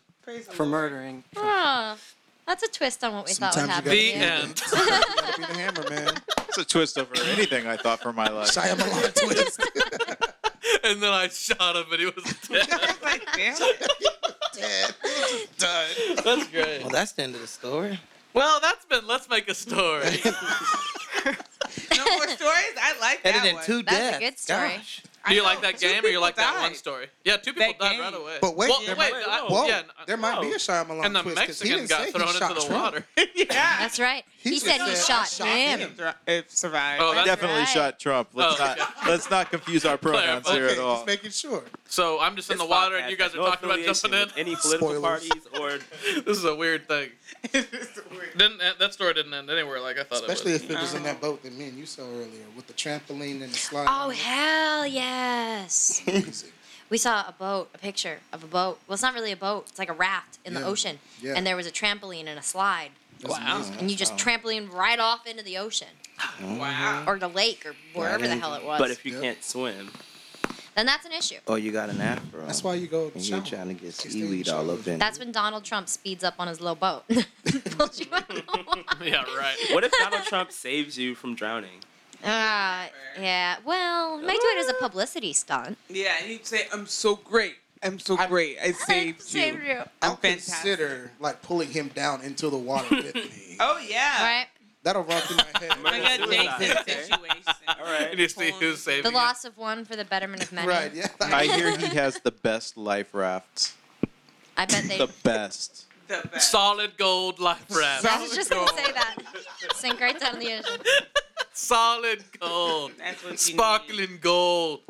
I: for murdering.
C: Oh, that's a twist on what we thought would
E: Sometimes
C: happen.
E: you
A: The
C: yeah.
A: end.
E: Gotta be the hammer, man.
B: It's a twist over anything I thought for my life.
E: Shyamalan twist.
A: and then I shot him, and he was dead.
H: like, damn.
A: That's great.
F: Well, that's the end of the story.
A: Well, that's been let's make a story.
H: No more stories. I like that
F: Ended in
H: one.
F: two
C: That's a
F: deaths.
C: good story.
F: Gosh.
A: Do
H: I
A: you
H: know,
A: like that
H: two
A: game or you like that
H: people
A: one
H: died.
A: story? Yeah, two people
H: That
A: died
H: game.
A: right away.
E: But wait,
A: well,
E: there
A: wait,
D: might-
A: I-
D: whoa.
E: Whoa,
A: yeah,
E: there might be a Shyamalan
A: and the
E: twist 'cause he
A: Mexican
E: didn't
A: got
E: say he
A: thrown into
E: shot
A: the
E: Trump.
A: water.
H: Yeah.
C: That's right.
E: He
C: He,
E: just
C: said he
E: said, "I
C: shot,
E: shot
C: him.
E: him."
H: It survived.
A: Oh, that's
B: Definitely
C: right.
B: shot Trump. Let's
A: Oh,
B: not
A: okay.
B: let's not confuse our pronouns
A: Clarify.
B: here
E: Okay,
B: at all.
E: just making sure.
A: so I'm just in the
D: This
A: water and
D: podcast
A: you guys
D: has
A: are
D: no
A: talking about
D: affiliation
A: jumping in.
D: with Any political
E: Spoilers.
D: parties or
A: This is a weird thing.
H: That's
A: Didn't uh, that story didn't end anywhere like I thought
E: Especially
A: it
E: if it was in that boat that me and you saw earlier with the trampoline and the slide.
C: Oh hell yes!
E: Crazy.
C: We saw a boat, a picture of a boat. Well, it's not really a boat. It's like a raft in the
E: Yeah.
C: ocean,
E: Yeah.
C: and there was a trampoline and a slide,
A: was. Wow.
C: and you just trampoline right off into the ocean
H: wow.
G: Mm-hmm.
H: Wow.
C: or the lake or wherever the hell it was.
D: But if you
E: Yep.
D: can't swim,
C: then that's an issue.
G: Oh, you got an afro.
E: That's why you go to
G: And
E: the
G: you're
E: shower.
G: trying to get
E: Just stay in
G: seaweed
E: the
G: all
E: shower.
G: up in.
C: That's when Donald Trump speeds up on his little boat. Pulls you out of the water.
A: was. yeah, right.
D: what if Donald Trump saves you from drowning?
C: Ah, yeah. Well, might do it as a publicity stunt.
H: Yeah, and he'd say, I'm so great. I'm so great. I saved you.
C: Saved you.
H: I'm
E: I'll
H: fantastic.
E: consider like pulling him down into the water with me.
H: Oh, yeah.
C: Right.
E: That'll run through my head.
H: Like a Jason
D: Suicide. Okay.
H: situation.
D: All right.
A: And you see who's saving
C: The
A: you.
C: loss of one for the betterment of many.
E: right? Yeah.
B: I hear he has the best life rafts.
C: I bet they.
B: The best.
H: The best.
A: Solid gold life raft.
C: I was just gonna say that. Sink right down in the ocean.
A: Solid gold.
H: That's what you need.
A: Sparkling gold.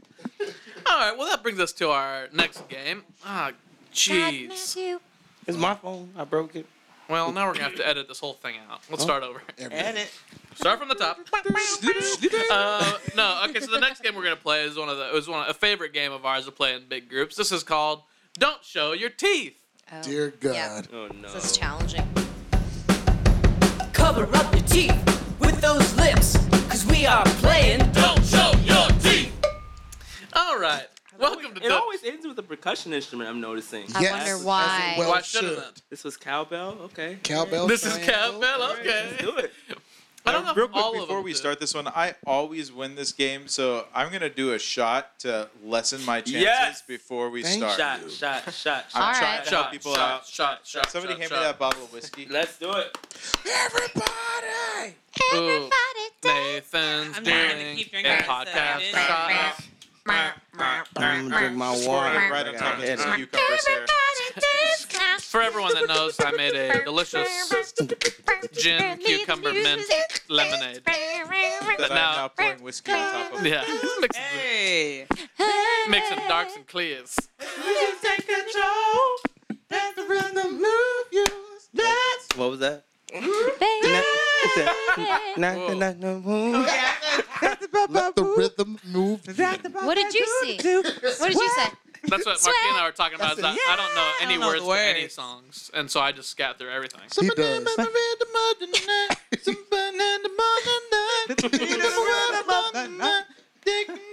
A: All right, well, that brings us to our next game. Ah, jeez.
C: Matthew.
F: It's my phone. I broke it.
A: Well, now we're going to have to edit this whole thing out. Let's start over.
F: Edit.
A: Start from the top. Uh, no, okay, so the next game we're going to play is one of the, it was one of, a favorite game of ours to play in big groups. This is called Don't Show Your Teeth.
C: Oh.
E: Dear God.
C: Yeah.
D: Oh no.
C: This is challenging.
K: Cover up your teeth with those lips, cause we are playing.
A: Don't Show Your Teeth! All right. Welcome to
D: It
A: Don't.
D: always ends with a percussion instrument. I'm noticing.
C: I
E: Yes,
C: wonder
E: as it
C: why.
E: well
A: Why shouldn't
E: should.
A: it?
D: This was cowbell. Okay.
E: Cowbell.
A: This is
E: triangle.
A: Cowbell, okay.
D: Do it.
A: I don't know if
B: Real quick
A: all of
B: before
A: them
B: we
A: do.
B: start this one, I always win this game, so I'm gonna do a shot to lessen my chances
D: Yes!
B: before we
E: Thank
B: start.
D: Shot, shot, shot,
B: I'm
D: shot.
B: trying
C: All right.
B: to help
A: Shot,
B: people
A: shot,
B: out.
A: shot, shot,
B: Somebody
A: shot,
B: hand me
A: shot.
B: that bottle of whiskey.
D: Let's do it.
E: Everybody.
A: Ooh.
C: Everybody does.
A: Nathan's
H: I'm trying to
A: doing
H: keep your
A: a
H: guys'
A: podcast.
H: attention.
A: about-
G: I'm gonna drink my water.
B: Right, right on top of this
G: Edit.
B: cucumber, Sarah.
C: Everybody does.
A: For everyone that knows, I made a delicious gin, cucumber, mint lemonade.
B: That I'm
A: now-
B: now pouring whiskey on top of.
A: Yeah, mix,
H: Hey.
A: mixing darks and clears.
F: Take control. Let the rhythm move you. That's
G: What was that?
A: Whoa.
G: Nothing.
H: Yeah,
E: Let the rhythm move.
C: What did you see? What did you say?
A: That's what Marky and I were talking about. Is I, I don't know any
H: don't know
A: words
H: the
A: to any
H: words.
A: songs, and so I just scat through everything.
E: He does.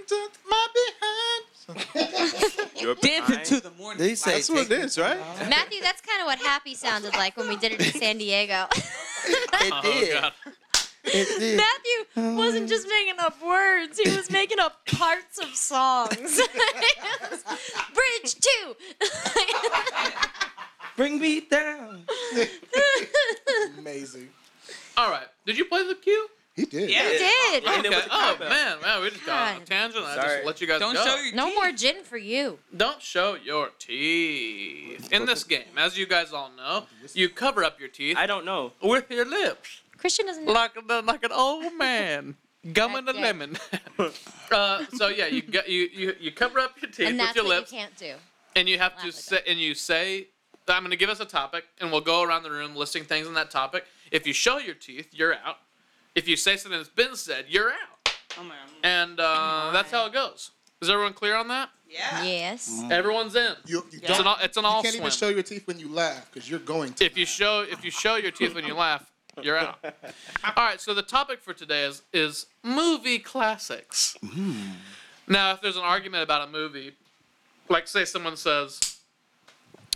H: Dancing to the morning.
F: They say
H: light.
B: That's what it is, right?
C: Matthew, that's kind of what happy sounded like when we did it in San Diego.
F: it did.
A: Oh, God.
F: It did.
C: Matthew wasn't just making up words, he was making up parts of songs. It was, Bridge two.
F: Bring me down.
E: Amazing.
A: All right. Did you play the cue?
E: He did.
H: Yeah.
C: I did.
D: And it
A: Okay.
D: was a
A: Oh
D: cowbell.
A: man, man, we just got on a
C: God.
A: tangent. I
D: Sorry.
A: just let you guys
H: Don't
A: go.
H: show your
C: No
H: teeth.
C: more gin for you.
A: Don't show your teeth. In this game, as you guys all know, you cover up your teeth
D: I don't know.
A: with your lips,
C: Christian doesn't know.
A: like the, like an old man gumming a
C: Okay.
A: lemon. uh, so yeah, you, got, you you you cover up your teeth
C: And
A: with
C: that's
A: your
C: what
A: lips,
C: you can't do.
A: and you have
C: laugh
A: to
C: at
A: say and you say. I'm going to give us a topic, and we'll go around the room listing things on that topic. If you show your teeth, you're out. If you say something that's been said, you're out.
H: Oh my.
A: And uh, that's how it goes. Is everyone clear on that?
H: Yeah.
C: Yes.
A: Everyone's in.
E: Mm. You, you
A: It's
E: don't.
A: an all, it's an all
E: You can't
A: swim.
E: even show your teeth when you laugh because you're going to.
A: if you show if you show your teeth when you laugh, you're out. All right, so the topic for today is is movie classics.
H: Mm.
A: Now, if there's an argument about a movie, like say someone says,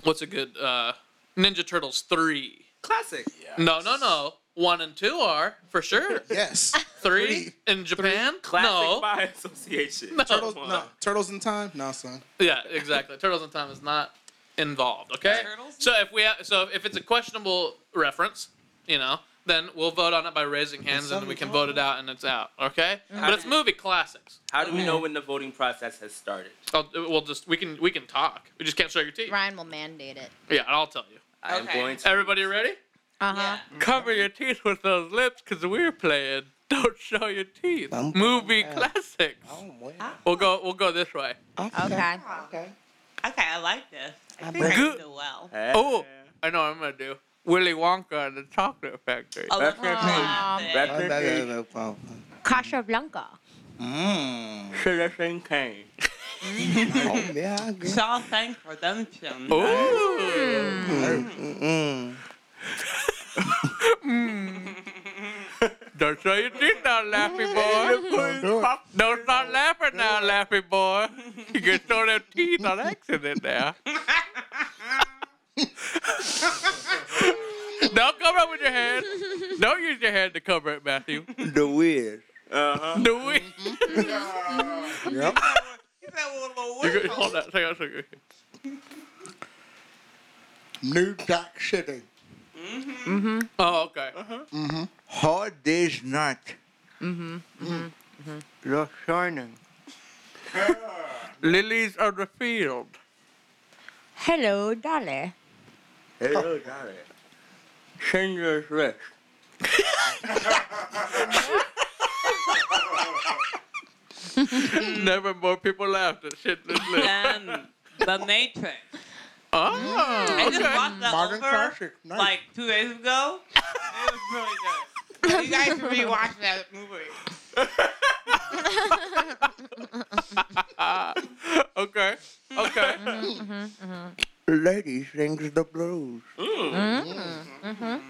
A: "What's a good uh, Ninja Turtles 3?
D: Classic.
A: No, no, no.
F: One and two are for sure.
E: Yes.
F: Three in Japan. no.
D: by association.
F: No.
E: Turtles, no. Turtles in Time? No, son.
F: Yeah, exactly. Turtles in Time is not involved. Okay. So if we have, so if it's a questionable reference, you know, then we'll vote on it by raising hands, and we can vote it out, and it's out. Okay. But it's movie classics.
D: How do we know when the voting process has started?
F: I'll, we'll just we can we can talk. We just can't show your teeth.
C: Ryan will mandate it.
F: Yeah, I'll tell you.
D: I am Okay. going
F: to. Everybody ready?
C: Uh huh.
F: Cover your teeth with those lips, cause we're playing. Don't show your teeth. Movie classics. We'll go. We'll go this way.
C: Okay.
H: Okay. Okay, I like this. I think I
F: Good.
H: can do well.
F: Oh, I know what I'm gonna do. Willy Wonka and the Chocolate Factory.
H: Oh, That's
A: uh-huh.
H: your wow. page. That's Mm. your page.
C: Casablanca.
D: Citizen Kane.
H: oh, yeah. Shawshank Redemption.
D: Ooh.
F: Don't show your teeth now, Laffy boy. Don't start laughing now, Laffy boy. You can show them teeth on accident there. Don't cover up with your hand. Don't use your hand to cover it, Matthew.
L: The weird.
D: Uh-huh.
F: Do we?
L: Yep.
F: You can- hold on, hang on a second.
E: New Doc City.
F: Mm-hmm. Oh, okay.
L: Mm-hmm. Hard day's night.
F: Mm-hmm. Mm-hmm.
I: The Shining.
F: Lilies of the field.
C: Hello, Dolly.
L: Hello, darling. Schindler's List.
F: Never more people laughed at shit this list.
H: Um, the Matrix. Mm.
F: Oh,
H: I just
F: okay.
H: watched that
F: Modern
H: over
F: classic. Nice.
H: like two days ago. It was really good. You guys should rewatch that movie.
F: okay. Okay.
H: Mm-hmm,
L: Lady sings the blues.
F: Mm.
H: Mm-hmm,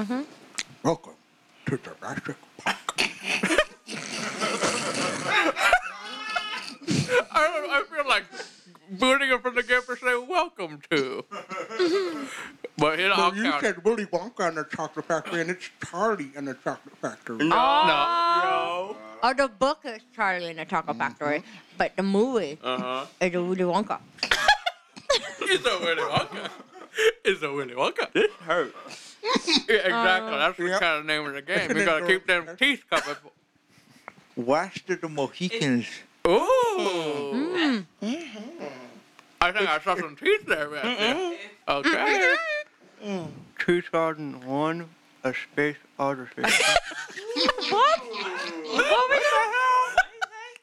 E: Mm-hmm. Welcome to Jurassic
F: I, don't, I feel like booting him from the game for saying welcome to. But it all
E: Well, you
F: counts.
E: said Willy Wonka and the Chocolate Factory, and it's Charlie and the Chocolate Factory.
C: Oh. Oh, the book is Charlie and the Chocolate Factory, but the movie
F: Uh-huh.
C: is Willy Wonka.
F: It's a Willy Wonka. It's a Willy Wonka. This hurts. Yeah, exactly.
L: Uh,
F: That's the
L: Yep.
F: kind of name of the game. You
L: It's
F: gotta
L: a-
F: keep them teeth covered.
L: Watch the Mohicans.
F: Ooh. I think I saw some teeth there, man. Okay.
I: 2001, A Space Odyssey.
L: What? What was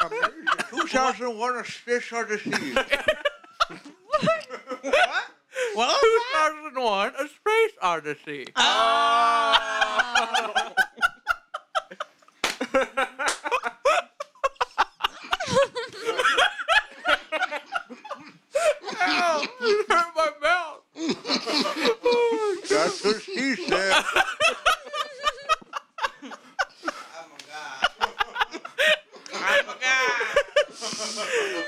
L: that? 2001 A Space Odyssey.
F: Well, 2001, A Space Odyssey. Oh. Ow, you hurt my mouth.
L: That's what she said.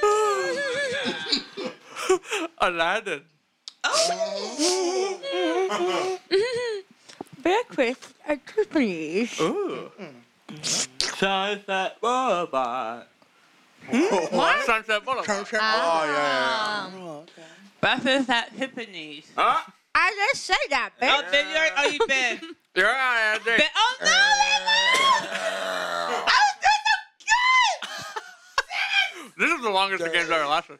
F: Oh Aladdin. Oh
C: Breakfast at Tiffany's.
F: Ooh.
D: Sunset Boulevard. Hmm?
F: What? Sunset Boulevard. Ah. Oh,
D: Oh, yeah.
H: Breakfast at Tiffany's.
F: Ah.
D: Huh?
C: I just said that, bitch.
H: Oh, then you're, oh, you been.
F: You're right, I
H: Been- oh,
D: Uh.
H: no, I was
F: This is the longest the game's ever lasted.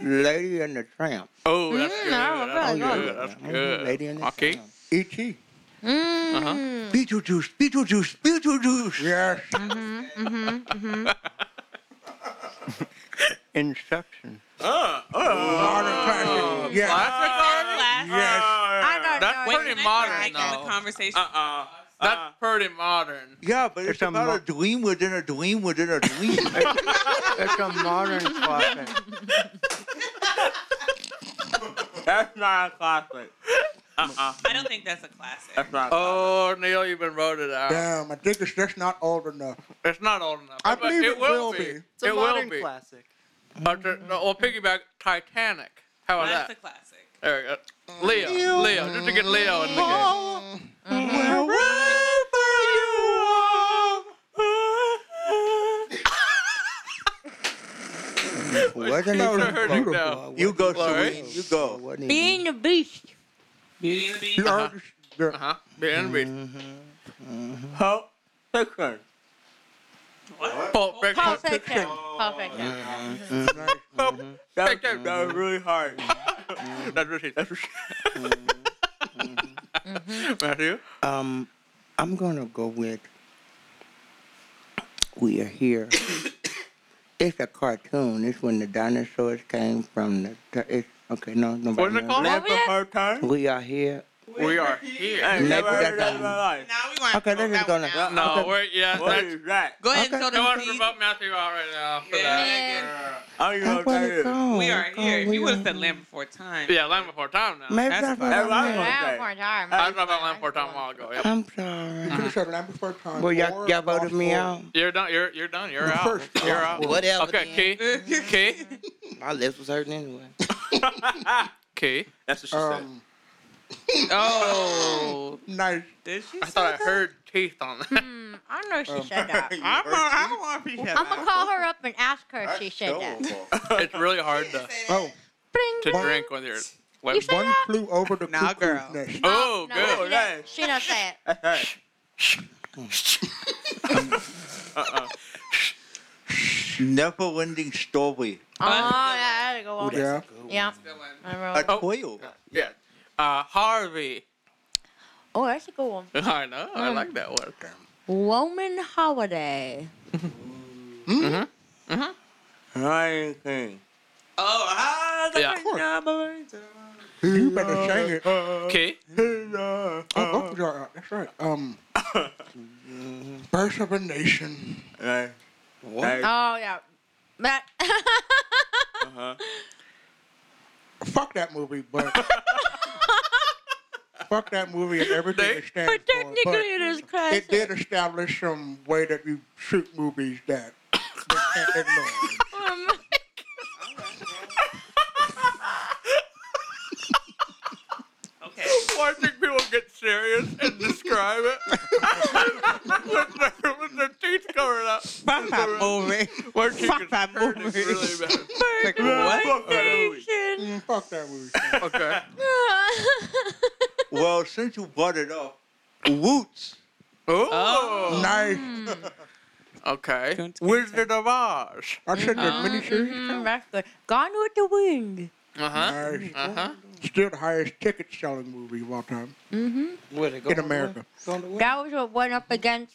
L: Lady and the Tramp.
F: Oh, that's
L: Mm,
F: good.
L: I
F: That's
L: remember
F: good.
L: that.
F: That's
L: Mhm,
F: good.
L: Lady and the
F: Okay.
L: E.T.
H: Mm.
F: Uh-huh.
L: Mm. Beetlejuice, Beetlejuice, Beetlejuice. Yes. Mm-hmm,
I: Inception.
F: Uh, uh,
L: classic. Yeah.
F: Classic
H: already? Yes.
F: I
C: don't
F: That's
H: know.
F: pretty
H: Wait,
F: modern,
H: next time I get a
F: though.
H: conversation.
F: Uh-uh. That's pretty modern.
L: Yeah, but it's, about a dream within a dream within a dream.
I: It's a modern classic.
D: That's not a classic. Uh-uh.
H: I don't think that's a classic.
D: That's not a
F: Oh, Neil, you've been voted out.
E: Damn, I think it's just not old enough.
F: It's not old enough.
E: I
F: But
E: believe it
F: will
E: will
F: be.
E: be.
F: It
E: It's a
F: will
E: modern
F: be.
I: classic.
F: But, uh, no, well, piggyback Titanic. How about
H: That's
F: that?
H: a classic.
F: There we go. Leo, Leo, just to get Leo in the game. it
L: Wasn't
F: hurting now?
L: beautiful? You go, Shereen. You go.
M: Being the beast.
L: Beauty and the Beast. Uh-huh.
F: Uh-huh. Beauty and the Beast.
N: Pulp Fiction.
F: Pulp Fiction.
M: Pulp Fiction. Pulp Fiction.
N: Pulp Fiction. That was really hard. That's what she. That's what she.
F: Matthew?
G: Mm-hmm. Um, I'm gonna go with We Are Here. it's a cartoon. It's when the dinosaurs came from the. It's, okay, no, nobody.
F: What is it called?
N: Never heard time.
G: We Are Here.
F: We are here.
N: Ain't Never
G: Maybe
N: heard
G: that's
N: that in my life.
A: Now we want
G: Okay,
A: to
G: this
A: promote
G: is
A: that one
G: gonna-
A: now.
F: No,
G: Okay.
F: we're yeah.
N: What
F: That's,
N: is that?
A: Go ahead and
G: Okay.
A: throw
F: I
A: them
F: want to
A: seeds.
F: promote Matthew out right now for
M: Yeah.
F: that.
N: I don't even know
G: That's
N: what
G: what
N: that
G: it's
N: is.
G: called.
A: We are
G: It's
A: here. If
G: called
A: you
G: We
A: would have
G: Are
A: said
G: Here.
A: Land Before Time.
F: Yeah, Land Before Time now.
G: Oh, Maybe
A: That's
G: that's what
A: fine.
G: I'm
N: That's
G: saying.
M: Round for time.
F: I was talking about Land Before Time a while ago. Yep.
G: I'm sorry.
E: Pretty sure the night before time.
G: Well, y'all,
E: or
G: y'all voted
E: Lost
G: me
E: Boys.
G: out.
F: You're done. You're you're done. You're out.
E: First,
F: You're out.
G: Whatever.
F: Okay, Key. Key.
G: then. My lips was hurting anyway.
F: Key.
N: That's what she
E: Um,
F: Oh,
E: nice.
A: Did she
F: I thought I heard teeth on that.
M: Hmm, I don't know if she said that.
A: I'm gonna, I don't want to be
M: I'm gonna call her up and ask her if she said that.
F: It's really hard to
E: Oh,
M: Bling,
F: to
M: bling.
F: drink with your
M: You
F: lips.
M: said
E: one
M: that?
E: flew over the
A: Nah,
E: cuckoo's
A: girl.
E: nest.
F: Oh,
M: No,
F: good.
M: she didn't- She didn't say it.
N: said.
F: Uh-uh.
L: Never ending story.
M: Oh, yeah, that's a good one.
E: Yeah.
M: Yeah. I
L: A
M: remember.
L: tale.
F: Oh. Yeah. Uh, Harvey.
M: Oh, that's a good one.
F: I know. I like that one.
M: Woman holiday.
F: Mm-hmm.
N: Lion King.
A: Oh, how the
F: Yeah.
E: You better sing it. Oh,
F: Key.
E: both of y'all out. That's right. Um, birth of a nation.
N: Right.
M: Oh
N: What?
M: yeah. That
N: Uh-huh.
E: Fuck that movie, but. Fuck that movie and everything it stands
M: but technically
E: for. But
M: it is
E: it
M: classic.
E: did establish some way that you shoot movies that they can't ignore.
M: Um,
A: Okay.
F: Watching people get serious and describe it with, their, with their teeth covered up.
A: Fuck that movie.
F: Watching
A: Fuck
F: it
A: that
F: hurt is
A: movie.
F: Really bad.
A: Like, what?
M: Asian.
E: Mm, Fuck that movie.
F: Okay.
L: Well, since you brought it up, Roots.
F: Oh.
E: nice.
F: Okay.
A: Don't- Uh-huh.
F: Wizard of Oz.
E: I said the miniseries.
M: Mhm, that's good. Gone with the wind.
F: Uh huh.
E: Nice.
F: Uh huh.
E: Still the highest ticket selling movie of all time in America.
M: Mm-hmm. That was what went up against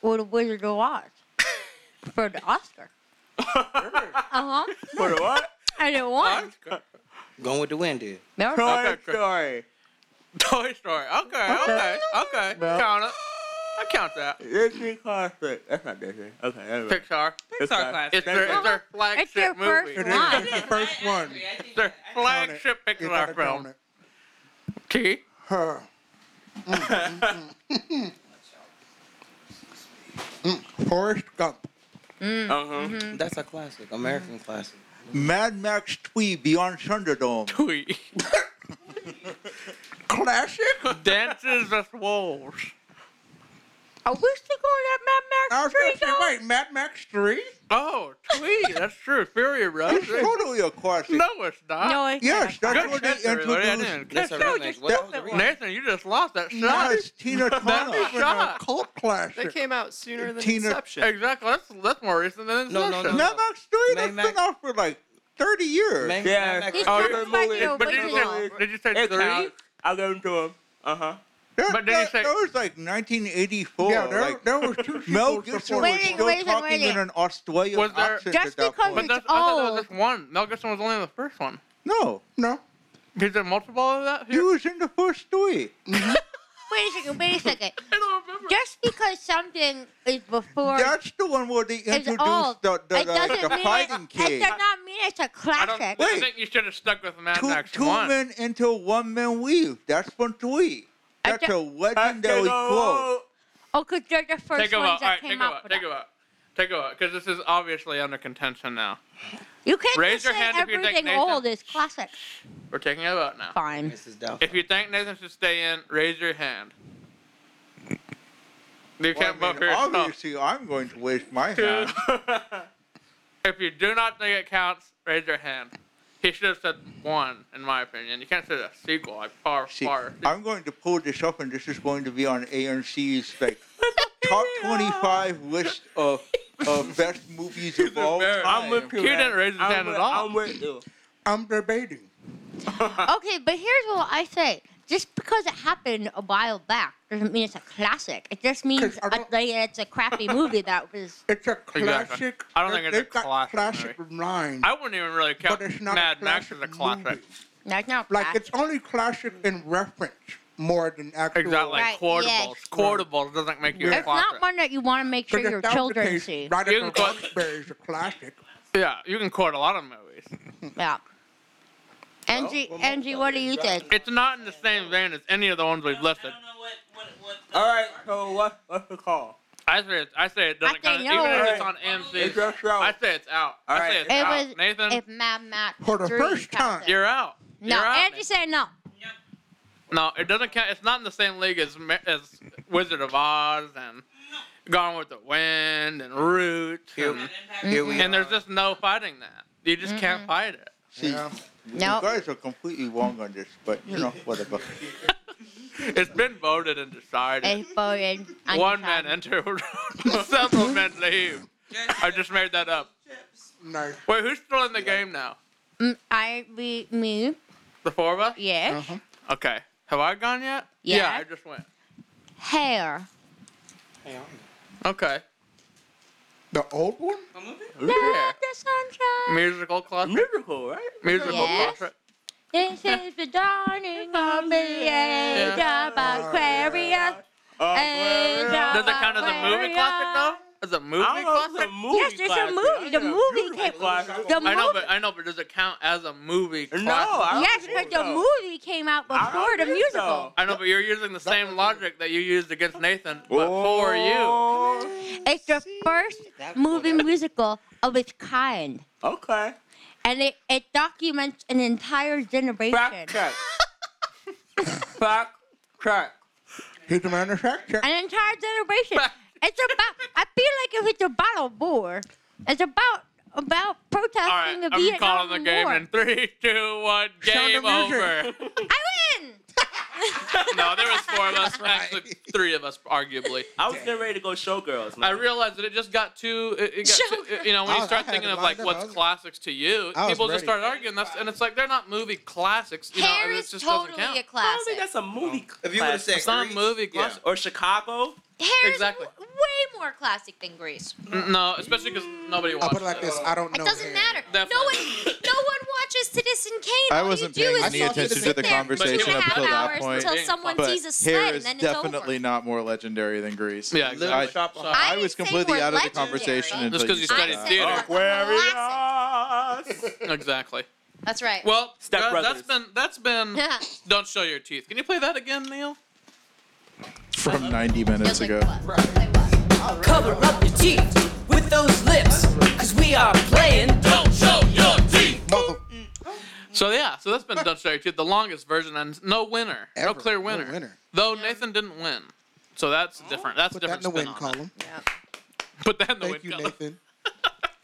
M: with the Wizard of Oz for the Oscar. uh huh.
N: For the what?
M: And it won.
G: Going with the wind is.
M: Remember?
N: Toy
F: Okay, great.
N: Story.
F: Toy Story. Okay. Okay. Okay. Count it. I count that.
N: Disney classic. That's not Disney. Okay. never mind.
F: Pixar.
A: Pixar classic.
F: It's their, it's their
M: It's your
F: flagship
M: first
F: movie.
E: It
M: one.
E: is. It's the first one.
F: It's their flagship
E: You gotta
F: Pixar
E: count
F: film.
E: it.
F: Key.
E: Huh.
L: Mm-hmm. Mm-hmm.
E: Mm. Forrest Gump.
N: Uh-huh.
G: That's a classic, American classic.
L: Mad Max 3 Beyond Thunderdome.
F: Tweet.
E: Classic?
F: Dances with Wolves.
M: Are we still going at
E: I
M: Mad Max
E: was going to
M: Three?
E: say,
M: though?
E: wait, Mad Max 3?
F: Oh, Tweet. That's true. Fury Road.
L: It's totally a classic.
F: No, it's not.
M: No, it's
L: Yes,
M: not.
L: that's
F: Good
L: where they
F: catch, everybody. I
L: introduced.
F: didn't
G: That's
F: catch
G: a
F: that.
G: remake. What was the remake?
F: Nathan, you just lost that shot.
L: Yes, Tina
F: That
L: Turner. uh,
F: shot.
E: Cult classic.
I: That came out sooner than
L: Tina-
I: Inception.
F: Exactly. That's, that's more recent than
G: No, no,
F: Inception.
G: no.
L: Mad Max 3, that's
G: Mac-
L: been out for like 30 years.
G: Man,
N: Yeah.
G: Mac-
M: He's
N: Oh,
M: talking
N: yeah.
M: about the
F: But did you say,
M: original.
F: did you say Uh,
N: It
F: three?
N: counts. I'll give them to him. Uh-huh.
L: That,
F: But
L: but
F: then you
L: that,
F: say-
L: that was like 1984.
E: yeah, there,
L: like,
E: there was two
L: Mel
E: sequels before
L: Gibson was
M: Wait, wait,
L: still
M: wait a
L: talking
M: minute.
L: in an Australian
F: Was there-
L: accent
M: Just
L: at that
M: because
L: point.
F: But
M: it's-
F: that's, I thought that was
M: old.
F: just one. Mel Gibson was only in the first one.
L: No,
E: No.
F: Is there multiple of that?
L: he
F: Here?
L: was in the first three.
M: Wait a second. Wait a second.
F: I don't remember.
M: Just because something is before
L: That's the one where they
M: is
L: introduced
M: old,
L: the, the,
M: it doesn't
L: the, the
M: mean
L: fighting
M: it, it
L: kid.
M: does not mean it's a
F: I don't
M: classic.
F: I
L: Wait.
F: think you should have stuck with Mad
L: Two,
F: Max
L: two
F: 1.
L: men into one man weave. That's from three.
M: I
L: That's
M: ju-
L: a legendary quote.
M: Oh, because they're the first
F: Take a
M: ones
F: vote. All
M: that
F: right, take a
M: came out.
F: vote.
M: for
F: Take a
M: that.
F: vote. Take a vote, because this is obviously under contention now.
M: You can't
F: Raise
M: just
F: your
M: say
F: hand if you think
M: everything
F: Nathan-
M: old is classic.
F: We're taking a vote now.
M: Fine.
G: Mrs. Doubtfire.
F: If you think Nathan should stay in, raise your hand.
A: You can't
L: Well, I mean,
A: vote for yourself.
L: Obviously, I'm going to waste my
A: Dude.
L: time.
A: If you do not think it counts, raise your hand. He should have said one, in my opinion. You can't say the sequel. Like par
L: See,
A: par.
L: I'm going to pull this up, and this is going to be on ANC's like top 25 list of of best movies of all time.
A: I'm with you, You man. didn't raise his I'm hand at with- all. I'm
L: with you. I'm debating.
M: okay, but here's what I say. Just because it happened a while back doesn't mean it's a classic. It just means a, like, it's a crappy movie that was.
L: It's a
A: Exactly.
L: classic.
A: I don't think it's a
L: they've got
A: classic
L: classic lines.
A: I wouldn't even really count Mad Max as a classic.
M: Like, no,
E: Like it's only classic in reference more than actual.
A: Exactly. Like quotables. Quotables doesn't make you a
M: It's
A: classic.
M: not one that you want to make sure
E: But
M: your
E: if that was the
M: children
E: case,
M: see.
E: Roderick
A: You can
E: Rock-
A: quote-
E: Berry's a classic.
A: yeah, you can quote a lot of movies.
M: Yeah. Angie, Angie, what do you think?
A: It's not in the same vein as any of the ones we've listed.
F: All right, so what, what's the call?
A: I say it, I say it doesn't
M: I
A: count.
M: think
A: Even
M: no.
A: if it's on AMC,
F: It's your show.
A: I say it's out. I say
F: Alright.
A: it's
M: It
A: out.
M: was-
A: Nathan,
M: If Mad Max
A: For the
M: 3
A: first
M: counts it.
A: you're out.
M: No,
A: you're out.
M: Angie said no.
A: No, it doesn't count. It's not in the same league as Ma- as Wizard of Oz and Gone with the Wind and Roots. and,
L: here we
A: and there's just no fighting that. You just can't fight it.
L: See, you guys are completely wrong on this, but you know whatever.
A: It's been voted and
M: They
A: decided.
M: voted.
A: One man enter, several men leave. I just made that up.
E: No.
A: Wait, who's still in the game now?
M: Mm, I, we, me,
A: The four of us?
M: yeah.
L: Uh-huh.
A: Okay. Have I gone yet?
M: Yeah.
A: Yeah, I just went.
M: Hair.
A: Okay.
E: The old one?
A: Yeah.
M: The sunshine.
A: Musical closet.
F: Musical, right?
A: Musical
M: Yes.
A: closet.
M: This is the dawning of the age of Aquarius. uh, Age of
A: Does it count as a movie classic though? As a movie classic?
M: Yes, it's a movie. The movie came. The
A: I know,
M: movie.
A: but I know, but does it count as a movie? Classic?
M: Yes, because the movie came out before the musical.
A: I know, but you're using the same logic that you used against Nathan, but
F: Oh,
A: for you.
M: It's the first movie musical of its kind.
F: Okay.
M: And it, it documents an entire generation.
F: check. Fact check.
E: Here's a man of fact check.
M: An entire generation. It's about. I feel like if it's about a war, it's about about protesting
A: All right,
M: the
A: I'm
M: Vietnam
A: calling the game
M: War.
A: in three, two, one. Game over.
M: I win.
A: no, there was four of us. Actually, three of us, arguably.
F: I was getting ready to go showgirls.
A: I
F: Man.
A: realized that it just got too. It, it got too, you know, when
F: I
A: you
F: was-
A: start
F: I had
A: thinking
F: it
A: of
F: lined
A: like
F: up.
A: what's classics to you,
F: I was
A: people just
F: ready.
A: start arguing. That's and it's like they're not movie classics. You know, and it just doesn't count.
F: I don't think that's a movie.
A: If you would've
F: classic.
A: said It's not a Grease, movie yeah. classic.
F: or Chicago.
M: Hair
A: Exactly.
M: is way more classic than Grease.
A: N- No, especially because nobody
E: I'll
A: watched.
E: put it like this. I don't know.
M: It doesn't matter. No one, no one watches Citizen Kane.
B: I
M: All
B: wasn't
M: you do
B: paying
M: is
B: any
M: sit
B: attention to
M: there
B: the
M: for two and a
B: conversation up
M: half
B: till that
M: hours
B: point.
M: Until someone
B: but
M: sees a sled,
B: hair is
M: and then it's over.
B: definitely not more legendary than Grease.
A: Yeah,
B: I,
A: exactly.
B: I, was completely out of the conversation until
A: Just because you
B: said
A: studied
B: that.
A: theater.
F: Aquarius.
A: exactly.
M: That's right.
A: Well,
F: Step
A: that,
F: Brothers.
A: that's been that's been.
M: Yeah.
A: Don't show your teeth. Can you play that again, Neil?
B: from 90 minutes ago.
O: Cover up your teeth with those lips, cause we are playing. Don't show your teeth!
A: So yeah, so that's been Don't Show Your Teeth, the longest version, and no winner, no clear winner. Though Nathan didn't win, so that's different. That's a
E: Put that
A: different
E: in the
A: spin
E: win
A: on
E: column.
A: Put that in the
E: Thank
A: win
E: you,
A: column.
E: Nathan.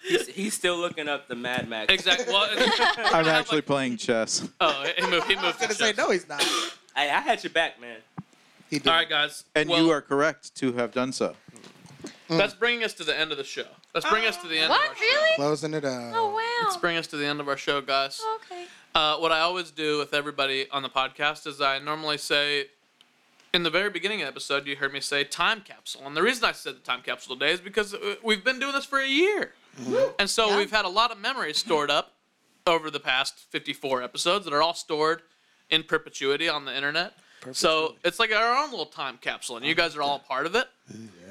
F: He's, he's still looking up the Mad Max.
A: Exactly. Well, it's-
B: I'm actually playing chess.
A: oh, he moved. He moved. I was
F: gonna say
E: no, he's not.
F: Hey, I had your back, man.
A: All right, guys.
B: And
A: well,
B: you are correct to have done so.
E: Mm.
A: That's bringing us to the end of the show. Let's bring us to the end. Of
M: What
A: our
M: really?
E: Closing it up.
M: Oh wow.
A: Let's bring us to the end of our show, guys.
M: Okay.
A: Uh, what I always do with everybody on the podcast is I normally say, in the very beginning of the episode, you heard me say time capsule. And the reason I said the time capsule today is because uh, we've been doing this for a year. And so we've had a lot of memories stored up over the past 54 episodes that are all stored in perpetuity on the internet. So it's like our own little time capsule, and you guys are all a part of it.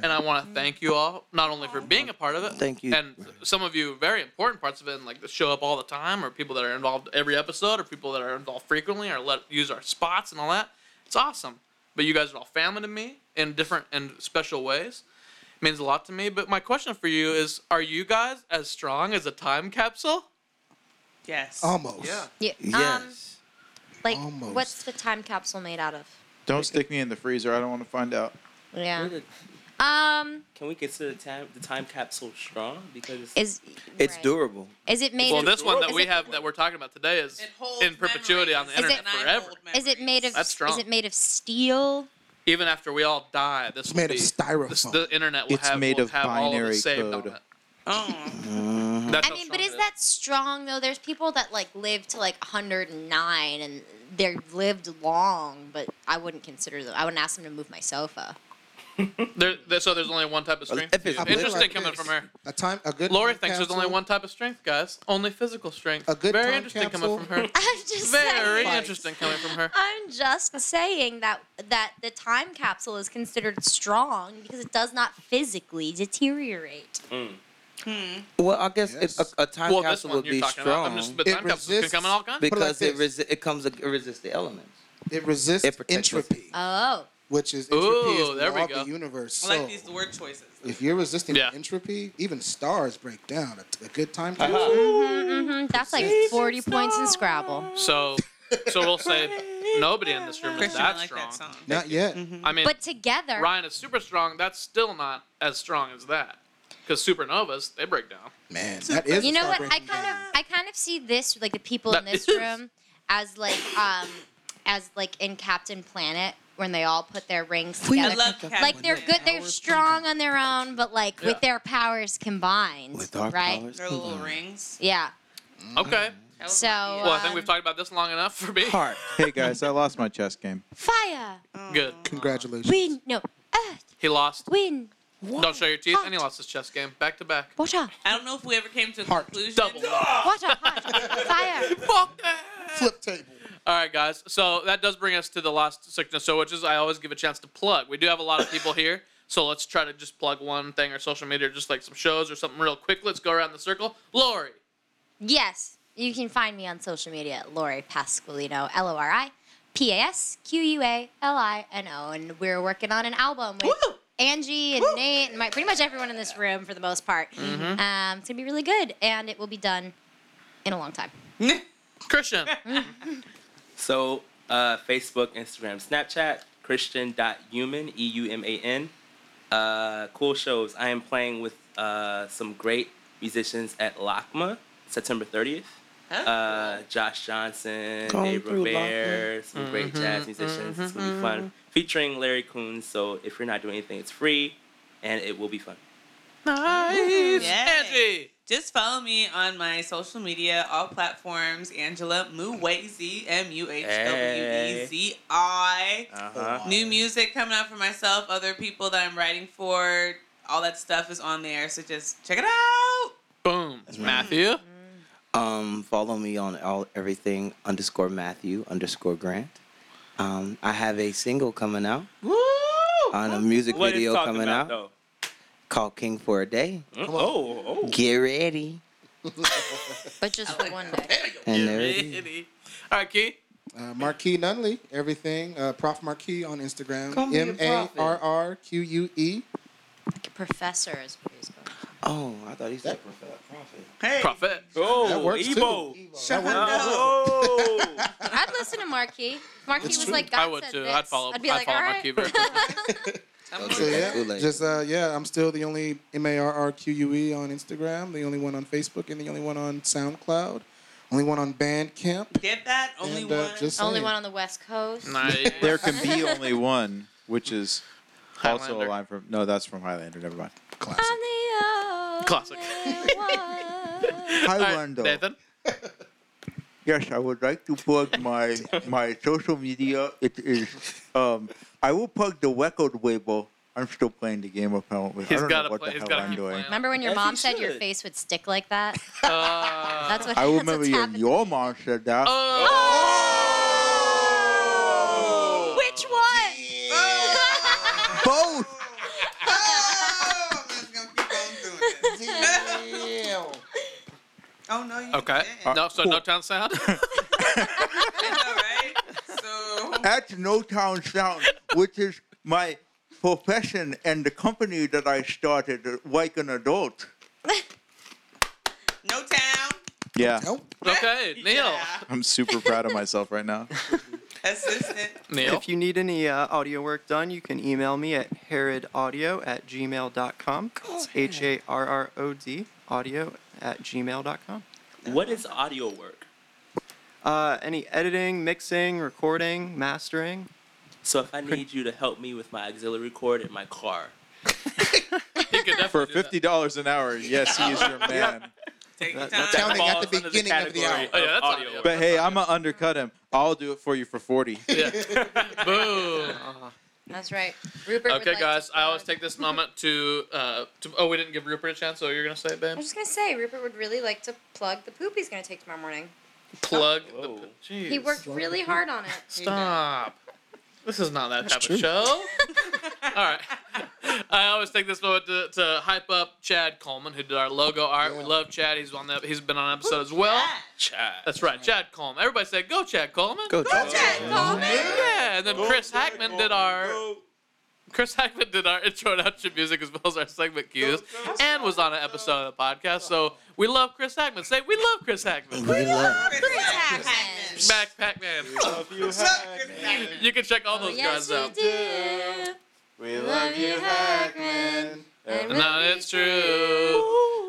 A: And I want to thank you all, not only for being a part of it,
P: Thank you.
A: and some of you very important parts of it, and like that show up all the time, or people that are involved every episode, or people that are involved frequently, or let use our spots and all that. It's awesome. But you guys are all family to me in different and special ways. It means a lot to me. But my question for you is: Are you guys as strong as a time capsule?
C: Yes.
E: Almost.
M: Yeah. Um, like, what's the time capsule made out of?
B: Don't stick me in the freezer. I don't want to find out.
M: Yeah.
C: Um,
D: Can we consider the time the time capsule strong because it's,
C: Is-
A: It's
L: durable?
C: is it made?
A: well,
C: of,
A: this one that
C: is
A: we
C: it-
A: have that we're talking about today is in perpetuity on the
C: Is
A: internet
C: it-
A: forever.
C: Is it made of?
A: That's strong.
C: Is it made of steel?
A: Even after we all die, this will
E: made of
A: be-
E: styrofoam.
A: this- the internet will
B: It's
A: have,
B: made
A: will
B: of
A: have all of it
B: binary
A: saved on
B: code.
A: it.
G: Mm-hmm.
A: Oh.
C: I mean, but is that strong though? There's people that like live to like 109 and they are lived long, but I wouldn't consider them. I wouldn't ask them to move my sofa.
A: There, there- so there's only one type of strength.
E: it's built
A: Interesting
E: like
A: coming
E: this,
A: from her.
E: A time, a good.
A: Lori
E: time
A: thinks there's only
E: capsule-
A: one type of strength, guys. Only physical strength. A good Very
E: time
A: interesting
E: capsule.
A: coming from her.
C: I'm just
A: Very
C: saying.
A: interesting coming from her.
C: I'm just saying that that the time capsule is considered strong because it does not physically deteriorate.
E: Hmm.
G: Well, I guess it, a, a time
A: Mm. Well, this
G: capsule
A: one
G: would
A: you're
G: be
A: talking
G: strong.
A: about. I'm just- but It time capsules can resists- come in all kinds. Put it like
G: Because it,
A: this.
G: resi- it comes it resists the elements.
E: It resists entropy,
C: Oh.
E: which is entropy
G: Ooh,
E: is
G: there
E: the
G: we
E: law of
G: go.
E: the universe.
H: I like
E: So
H: these word choices.
E: if you're resisting entropy, even stars break down. A, a good time
A: Uh-huh.
E: capsule.
C: hmm That's like 40 points in Scrabble.
A: So, so we'll say nobody in this room is
H: Christian, I
A: that
H: like
A: strong.
H: that Mm-hmm.
E: Not yet.
A: I mean,
C: but together,
A: Ryan is super strong. That's still not as strong as that. Because supernovas, they break down.
E: Man, that is.
C: you know what? I
E: I,
C: kind of I kind of see this like the people in
A: That
C: this
A: is.
C: room as like um as like in Captain Planet when they all put their rings
H: We
C: together.
H: love
C: like they're good, they're strong on their own, but like
H: Yeah.
C: with their powers combined, right?
H: Their little rings.
C: Yeah.
A: Okay.
C: So
A: Well, I think we've
C: um,
A: talked about this long enough for me.
B: hey guys, I lost my chess game.
C: fire,
A: Good.
E: Congratulations.
C: wind, no,
A: He lost.
C: wind,
A: Don't show your teeth. And he lost his chess game back to back.
C: water,
H: I don't know if we ever came to a conclusion.
A: Double.
C: water, hot, fire.
A: Fuck
E: Flip table.
A: All right, guys. So that does bring us to the last sickness. So, which is I always give a chance to plug. We do have a lot of people here, so let's try to just plug one thing or social media, or just like some shows or something real quick. Let's go around the circle. Lori,
C: Yes, you can find me on social media at Lori Pasqualino, L O R I P A S Q U A L I N O, and we're working on an album with Angie and Nate and my, pretty much everyone in this room for the most part.
H: Mm-hmm.
A: Mhm.
C: Um, it's gonna be really good, and it will be done in a long time.
A: Christian.
D: so uh, Facebook, Instagram, Snapchat, Christian.human, E U M A N. Uh, cool shows. I am playing with uh, some great musicians at LACMA September 30th. Uh, Josh Johnson,
G: Going
D: Dave
G: through
D: Robert,
G: LACMA.
D: some great jazz
G: Mhm,
D: musicians. it's gonna
G: mhm,
D: be fun. Featuring Larry Coons. So if you're not doing anything, it's free, and it will be fun.
H: Nice. Angie. Just follow me on my social media, all platforms, Angela Muwezi, M U H W E Z I.
D: Uh-huh.
H: New music coming out for myself, other people that I'm writing for, all that stuff is on there. So just check it out.
A: Boom. Matthew.
G: Um, follow me on all everything underscore Matthew underscore Grant. Um, I have a single coming out
H: Woo!
G: on a music
D: What it's
G: video
D: talking
G: coming
D: about,
G: out
D: though?
G: called King for a Day.
D: Oh, oh.
G: Get ready.
C: But just for one day.
G: And there it is.
A: Andy. All right, Key.
E: Uh, Marquis Nunley, everything. Uh, Prof Marquis on Instagram.
G: Call me a
E: M A R R Q U E.
C: Like a professor is what he's called.
G: Oh, I thought he said prophet.
H: Hey.
A: Prophet.
D: Oh,
E: That works
D: Ebo.
E: too.
H: Shut
F: Uh,
E: That
H: up.
E: works.
F: oh.
C: I'd listen to Marquis. If Marquis was like, God
A: I would
C: said
A: too.
C: this,"
A: I'd follow.
C: I'd be
A: I'd
C: like,
A: follow
C: all right.
A: Marquis very quickly.
E: So yeah, just uh, yeah, I'm still the only M A R R Q U E on Instagram, the only one on Facebook, and the only one on SoundCloud, only one on Bandcamp.
H: Did that? Only
E: And, uh,
H: one.
E: just
C: Only
E: saying.
C: one on the West Coast.
A: Nice.
B: There can be only one, which is also
A: Highlander.
B: a line from. No, that's from Highlander. Never mind.
A: Classic.
L: Hi,
A: All right,
L: Wando.
A: Nathan.
L: Yes, I would like to plug my my social media. It is. Um, I will plug the Weckled label. I'm still playing the game apparently.
A: He's
L: I don't
A: gotta
L: know what
A: play-
L: the
A: he's
L: hell
A: gotta
L: I'm
A: keep
L: doing.
C: Remember when your
D: As
C: mom
D: he
C: said your
D: should.
C: face would stick like that?
A: Uh,
C: That's what.
L: I
C: that's
L: remember
C: what's
L: your,
C: happened.
L: your mom said that.
A: Oh,
C: Which one?
L: Both.
H: Oh no, you
A: okay. No, so no town sound.
L: At No Town Sound, which is my profession and the company that I started uh, like an adult.
H: no town.
B: Yeah,
A: okay, Neil.
B: I'm super proud of myself right now.
H: assistant.
I: If you need any uh, audio work done, you can email me at herodaudio at gmail.com. It's H A R R O D audio at gmail.com.
D: What is audio work?
I: Uh, any editing, mixing, recording, mastering?
D: So if I need you to help me with my auxiliary cord in my car,
B: For fifty dollars an hour, yes, he is your man.
H: Take
B: your
E: time. Counting at the beginning of the hour.
A: Oh, yeah, that's audio.
B: But hey, I'm gonna undercut him. I'll do it for you for forty.
A: Boom.
C: That's right. Rupert. would
A: okay,
C: like-
A: guys. I always take this moment to, uh, to. Oh, we didn't give Rupert a chance. So you're gonna say it,
C: I
A: babe?
C: was just gonna say, Rupert would really like to plug the poop he's gonna take tomorrow morning.
A: Plug.
C: Oh,
A: the, Jeez.
C: He worked really hard on it.
A: Stop. This is not that type of show. All right. I always take this moment to, to hype up Chad Coleman, who did our logo art. We love Chad. He's on the. He's been on an episode as well.
D: Chad.
A: That's right, Chad Coleman. Everybody say, "Go, Chad Coleman."
I: Go,
A: Chad, Coleman. Yeah, and then Chris Hackman did our. Chris Hackman did our intro and outro music as well as our segment cues, and was on an episode of the podcast. So we love Chris Hackman. Say we love Chris Hackman.
F: We love
C: Chris
A: Mac Pac-Man. You can check all those
F: Oh,
A: guys out.
C: do.
A: We
C: love you, Hackman.
A: And now it's true.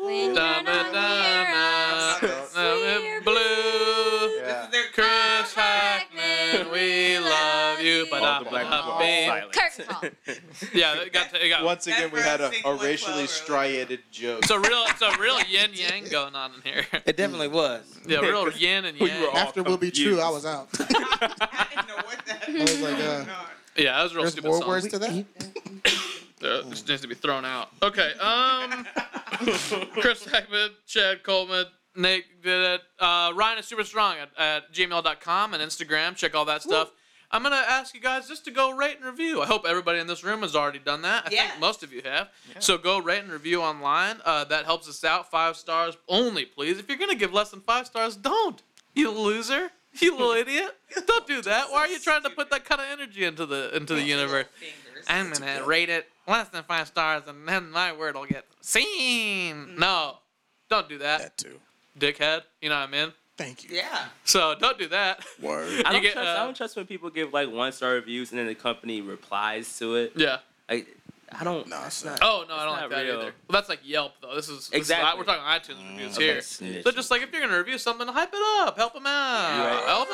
C: When
A: Da, da, da, da, blue. Chris Hackman, we love you. But
B: All the black people are silent.
C: Curtain call.
A: Yeah, it got, it got
B: Once again, we had a, a racially striated joke.
A: It's a real, it's a real yin yang going on in here.
G: It definitely was.
A: Yeah, real yin and yang.
E: After will be true, I was out. I was like, uh,
A: Yeah, that was a real
E: there's
A: stupid.
E: more
A: song.
E: words to that.
A: Uh, this needs to be thrown out. Okay. Um, Chris Hackman, Chad Coleman, Nate did it. Uh, Ryan is super strong at, at gmail.com and Instagram. Check all that stuff. I'm gonna ask you guys just to go rate and review. I hope everybody in this room has already done that. I think most of you have. So go rate and review online. Uh, that helps us out. Five stars only, please. If you're gonna give less than five stars, don't. You loser. You little idiot. Don't do that. Why are you trying to put that kind of energy into the into the universe? I'm gonna rate it less than five stars, and then my word will get seen. No, don't do that. That
E: too,
A: dickhead. You know what I mean?
E: Thank you.
H: Yeah.
A: So don't do that.
D: I don't,
A: You get,
D: trust, I
A: uh,
D: don't trust when people give like one star reviews and then the company replies to it.
A: Yeah.
D: Like, I don't. No,
A: Oh no, I don't like that either. Well, that's like Yelp though. This is this is-
D: Exactly.
A: we're talking iTunes reviews
D: okay,
A: here.
D: snitch.
A: So just like if you're gonna review something, hype it up, help them out,
D: Yeah, right.
A: help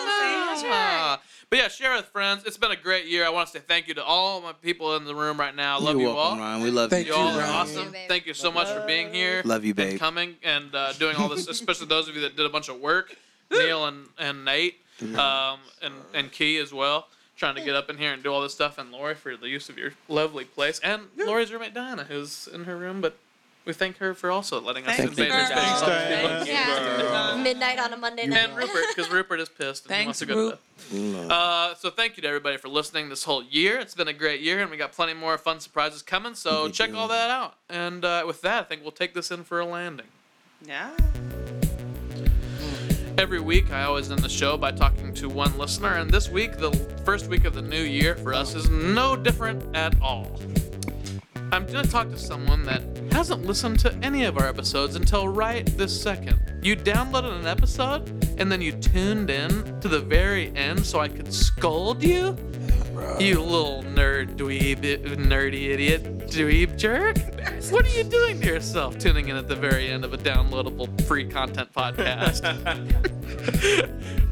A: them out. But yeah, share with friends. It's been a great year. I want to say thank you to all my people in the room right now. I love
G: You're
A: you
G: welcome,
A: all.
G: Ryan. We love
A: Thank
G: you,
A: you all are
G: Ryan.
A: awesome. Thank you so much for being here.
G: Love you,
A: and
G: babe.
A: coming and uh, doing all this, especially those of you that did a bunch of work, Neil and and Nate,
G: Mm-hmm.
A: um, and and Key as well. Trying to get up in here and do all this stuff, and Lori for the use of your lovely place, and Lori's roommate Diana, who's in her room, but we thank her for also letting us
H: Thank
A: invade
H: you,
A: her
H: girl. Thanks,
A: space.
H: Diana. Yeah.
C: Midnight on a Monday night.
A: And Rupert, because Rupert is pissed and he wants to go to bed. Uh, so thank you to everybody for listening this whole year. It's been a great year, and we got plenty more fun surprises coming. So check all that out. And uh, with that, I think we'll take this in for a landing.
H: Yeah.
A: Every week, I always end the show by talking to one listener, and this week, the first week of the new year for us, is no different at all. I'm gonna talk to someone that hasn't listened to any of our episodes until right this second. You downloaded an episode and then you tuned in to the very end so I could scold you? You little nerd dweeb, nerdy idiot, dweeb jerk. What are you doing to yourself tuning in at the very end of a downloadable free content podcast?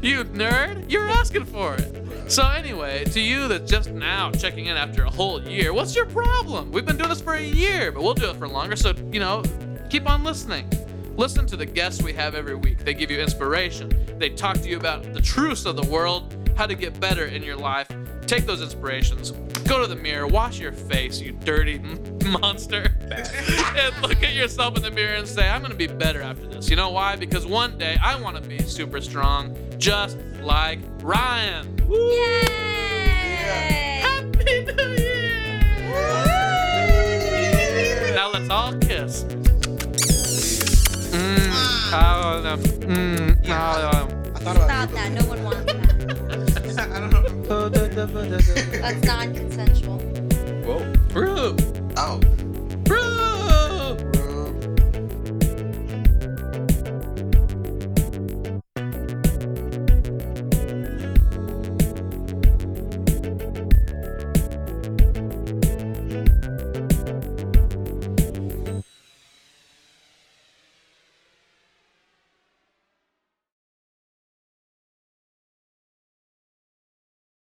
A: you nerd, you're asking for it. So, anyway, to you that's just now checking in after a whole year, what's your problem? We've been doing this for a year, but we'll do it for longer. So, you know, keep on listening. Listen to the guests we have every week. They give you inspiration, they talk to you about the truths of the world, how to get better in your life. Take those inspirations, go to the mirror, wash your face, you dirty m- monster, and look at yourself in the mirror and say, I'm gonna be better after this. You know why? Because one day I wanna be super strong, just like Ryan. Happy New Year! Now let's all kiss. Mm, I don't know. Mm, I don't know.
C: Stop that. No one wants that. That's non-consensual.
D: Whoa.
G: Oh.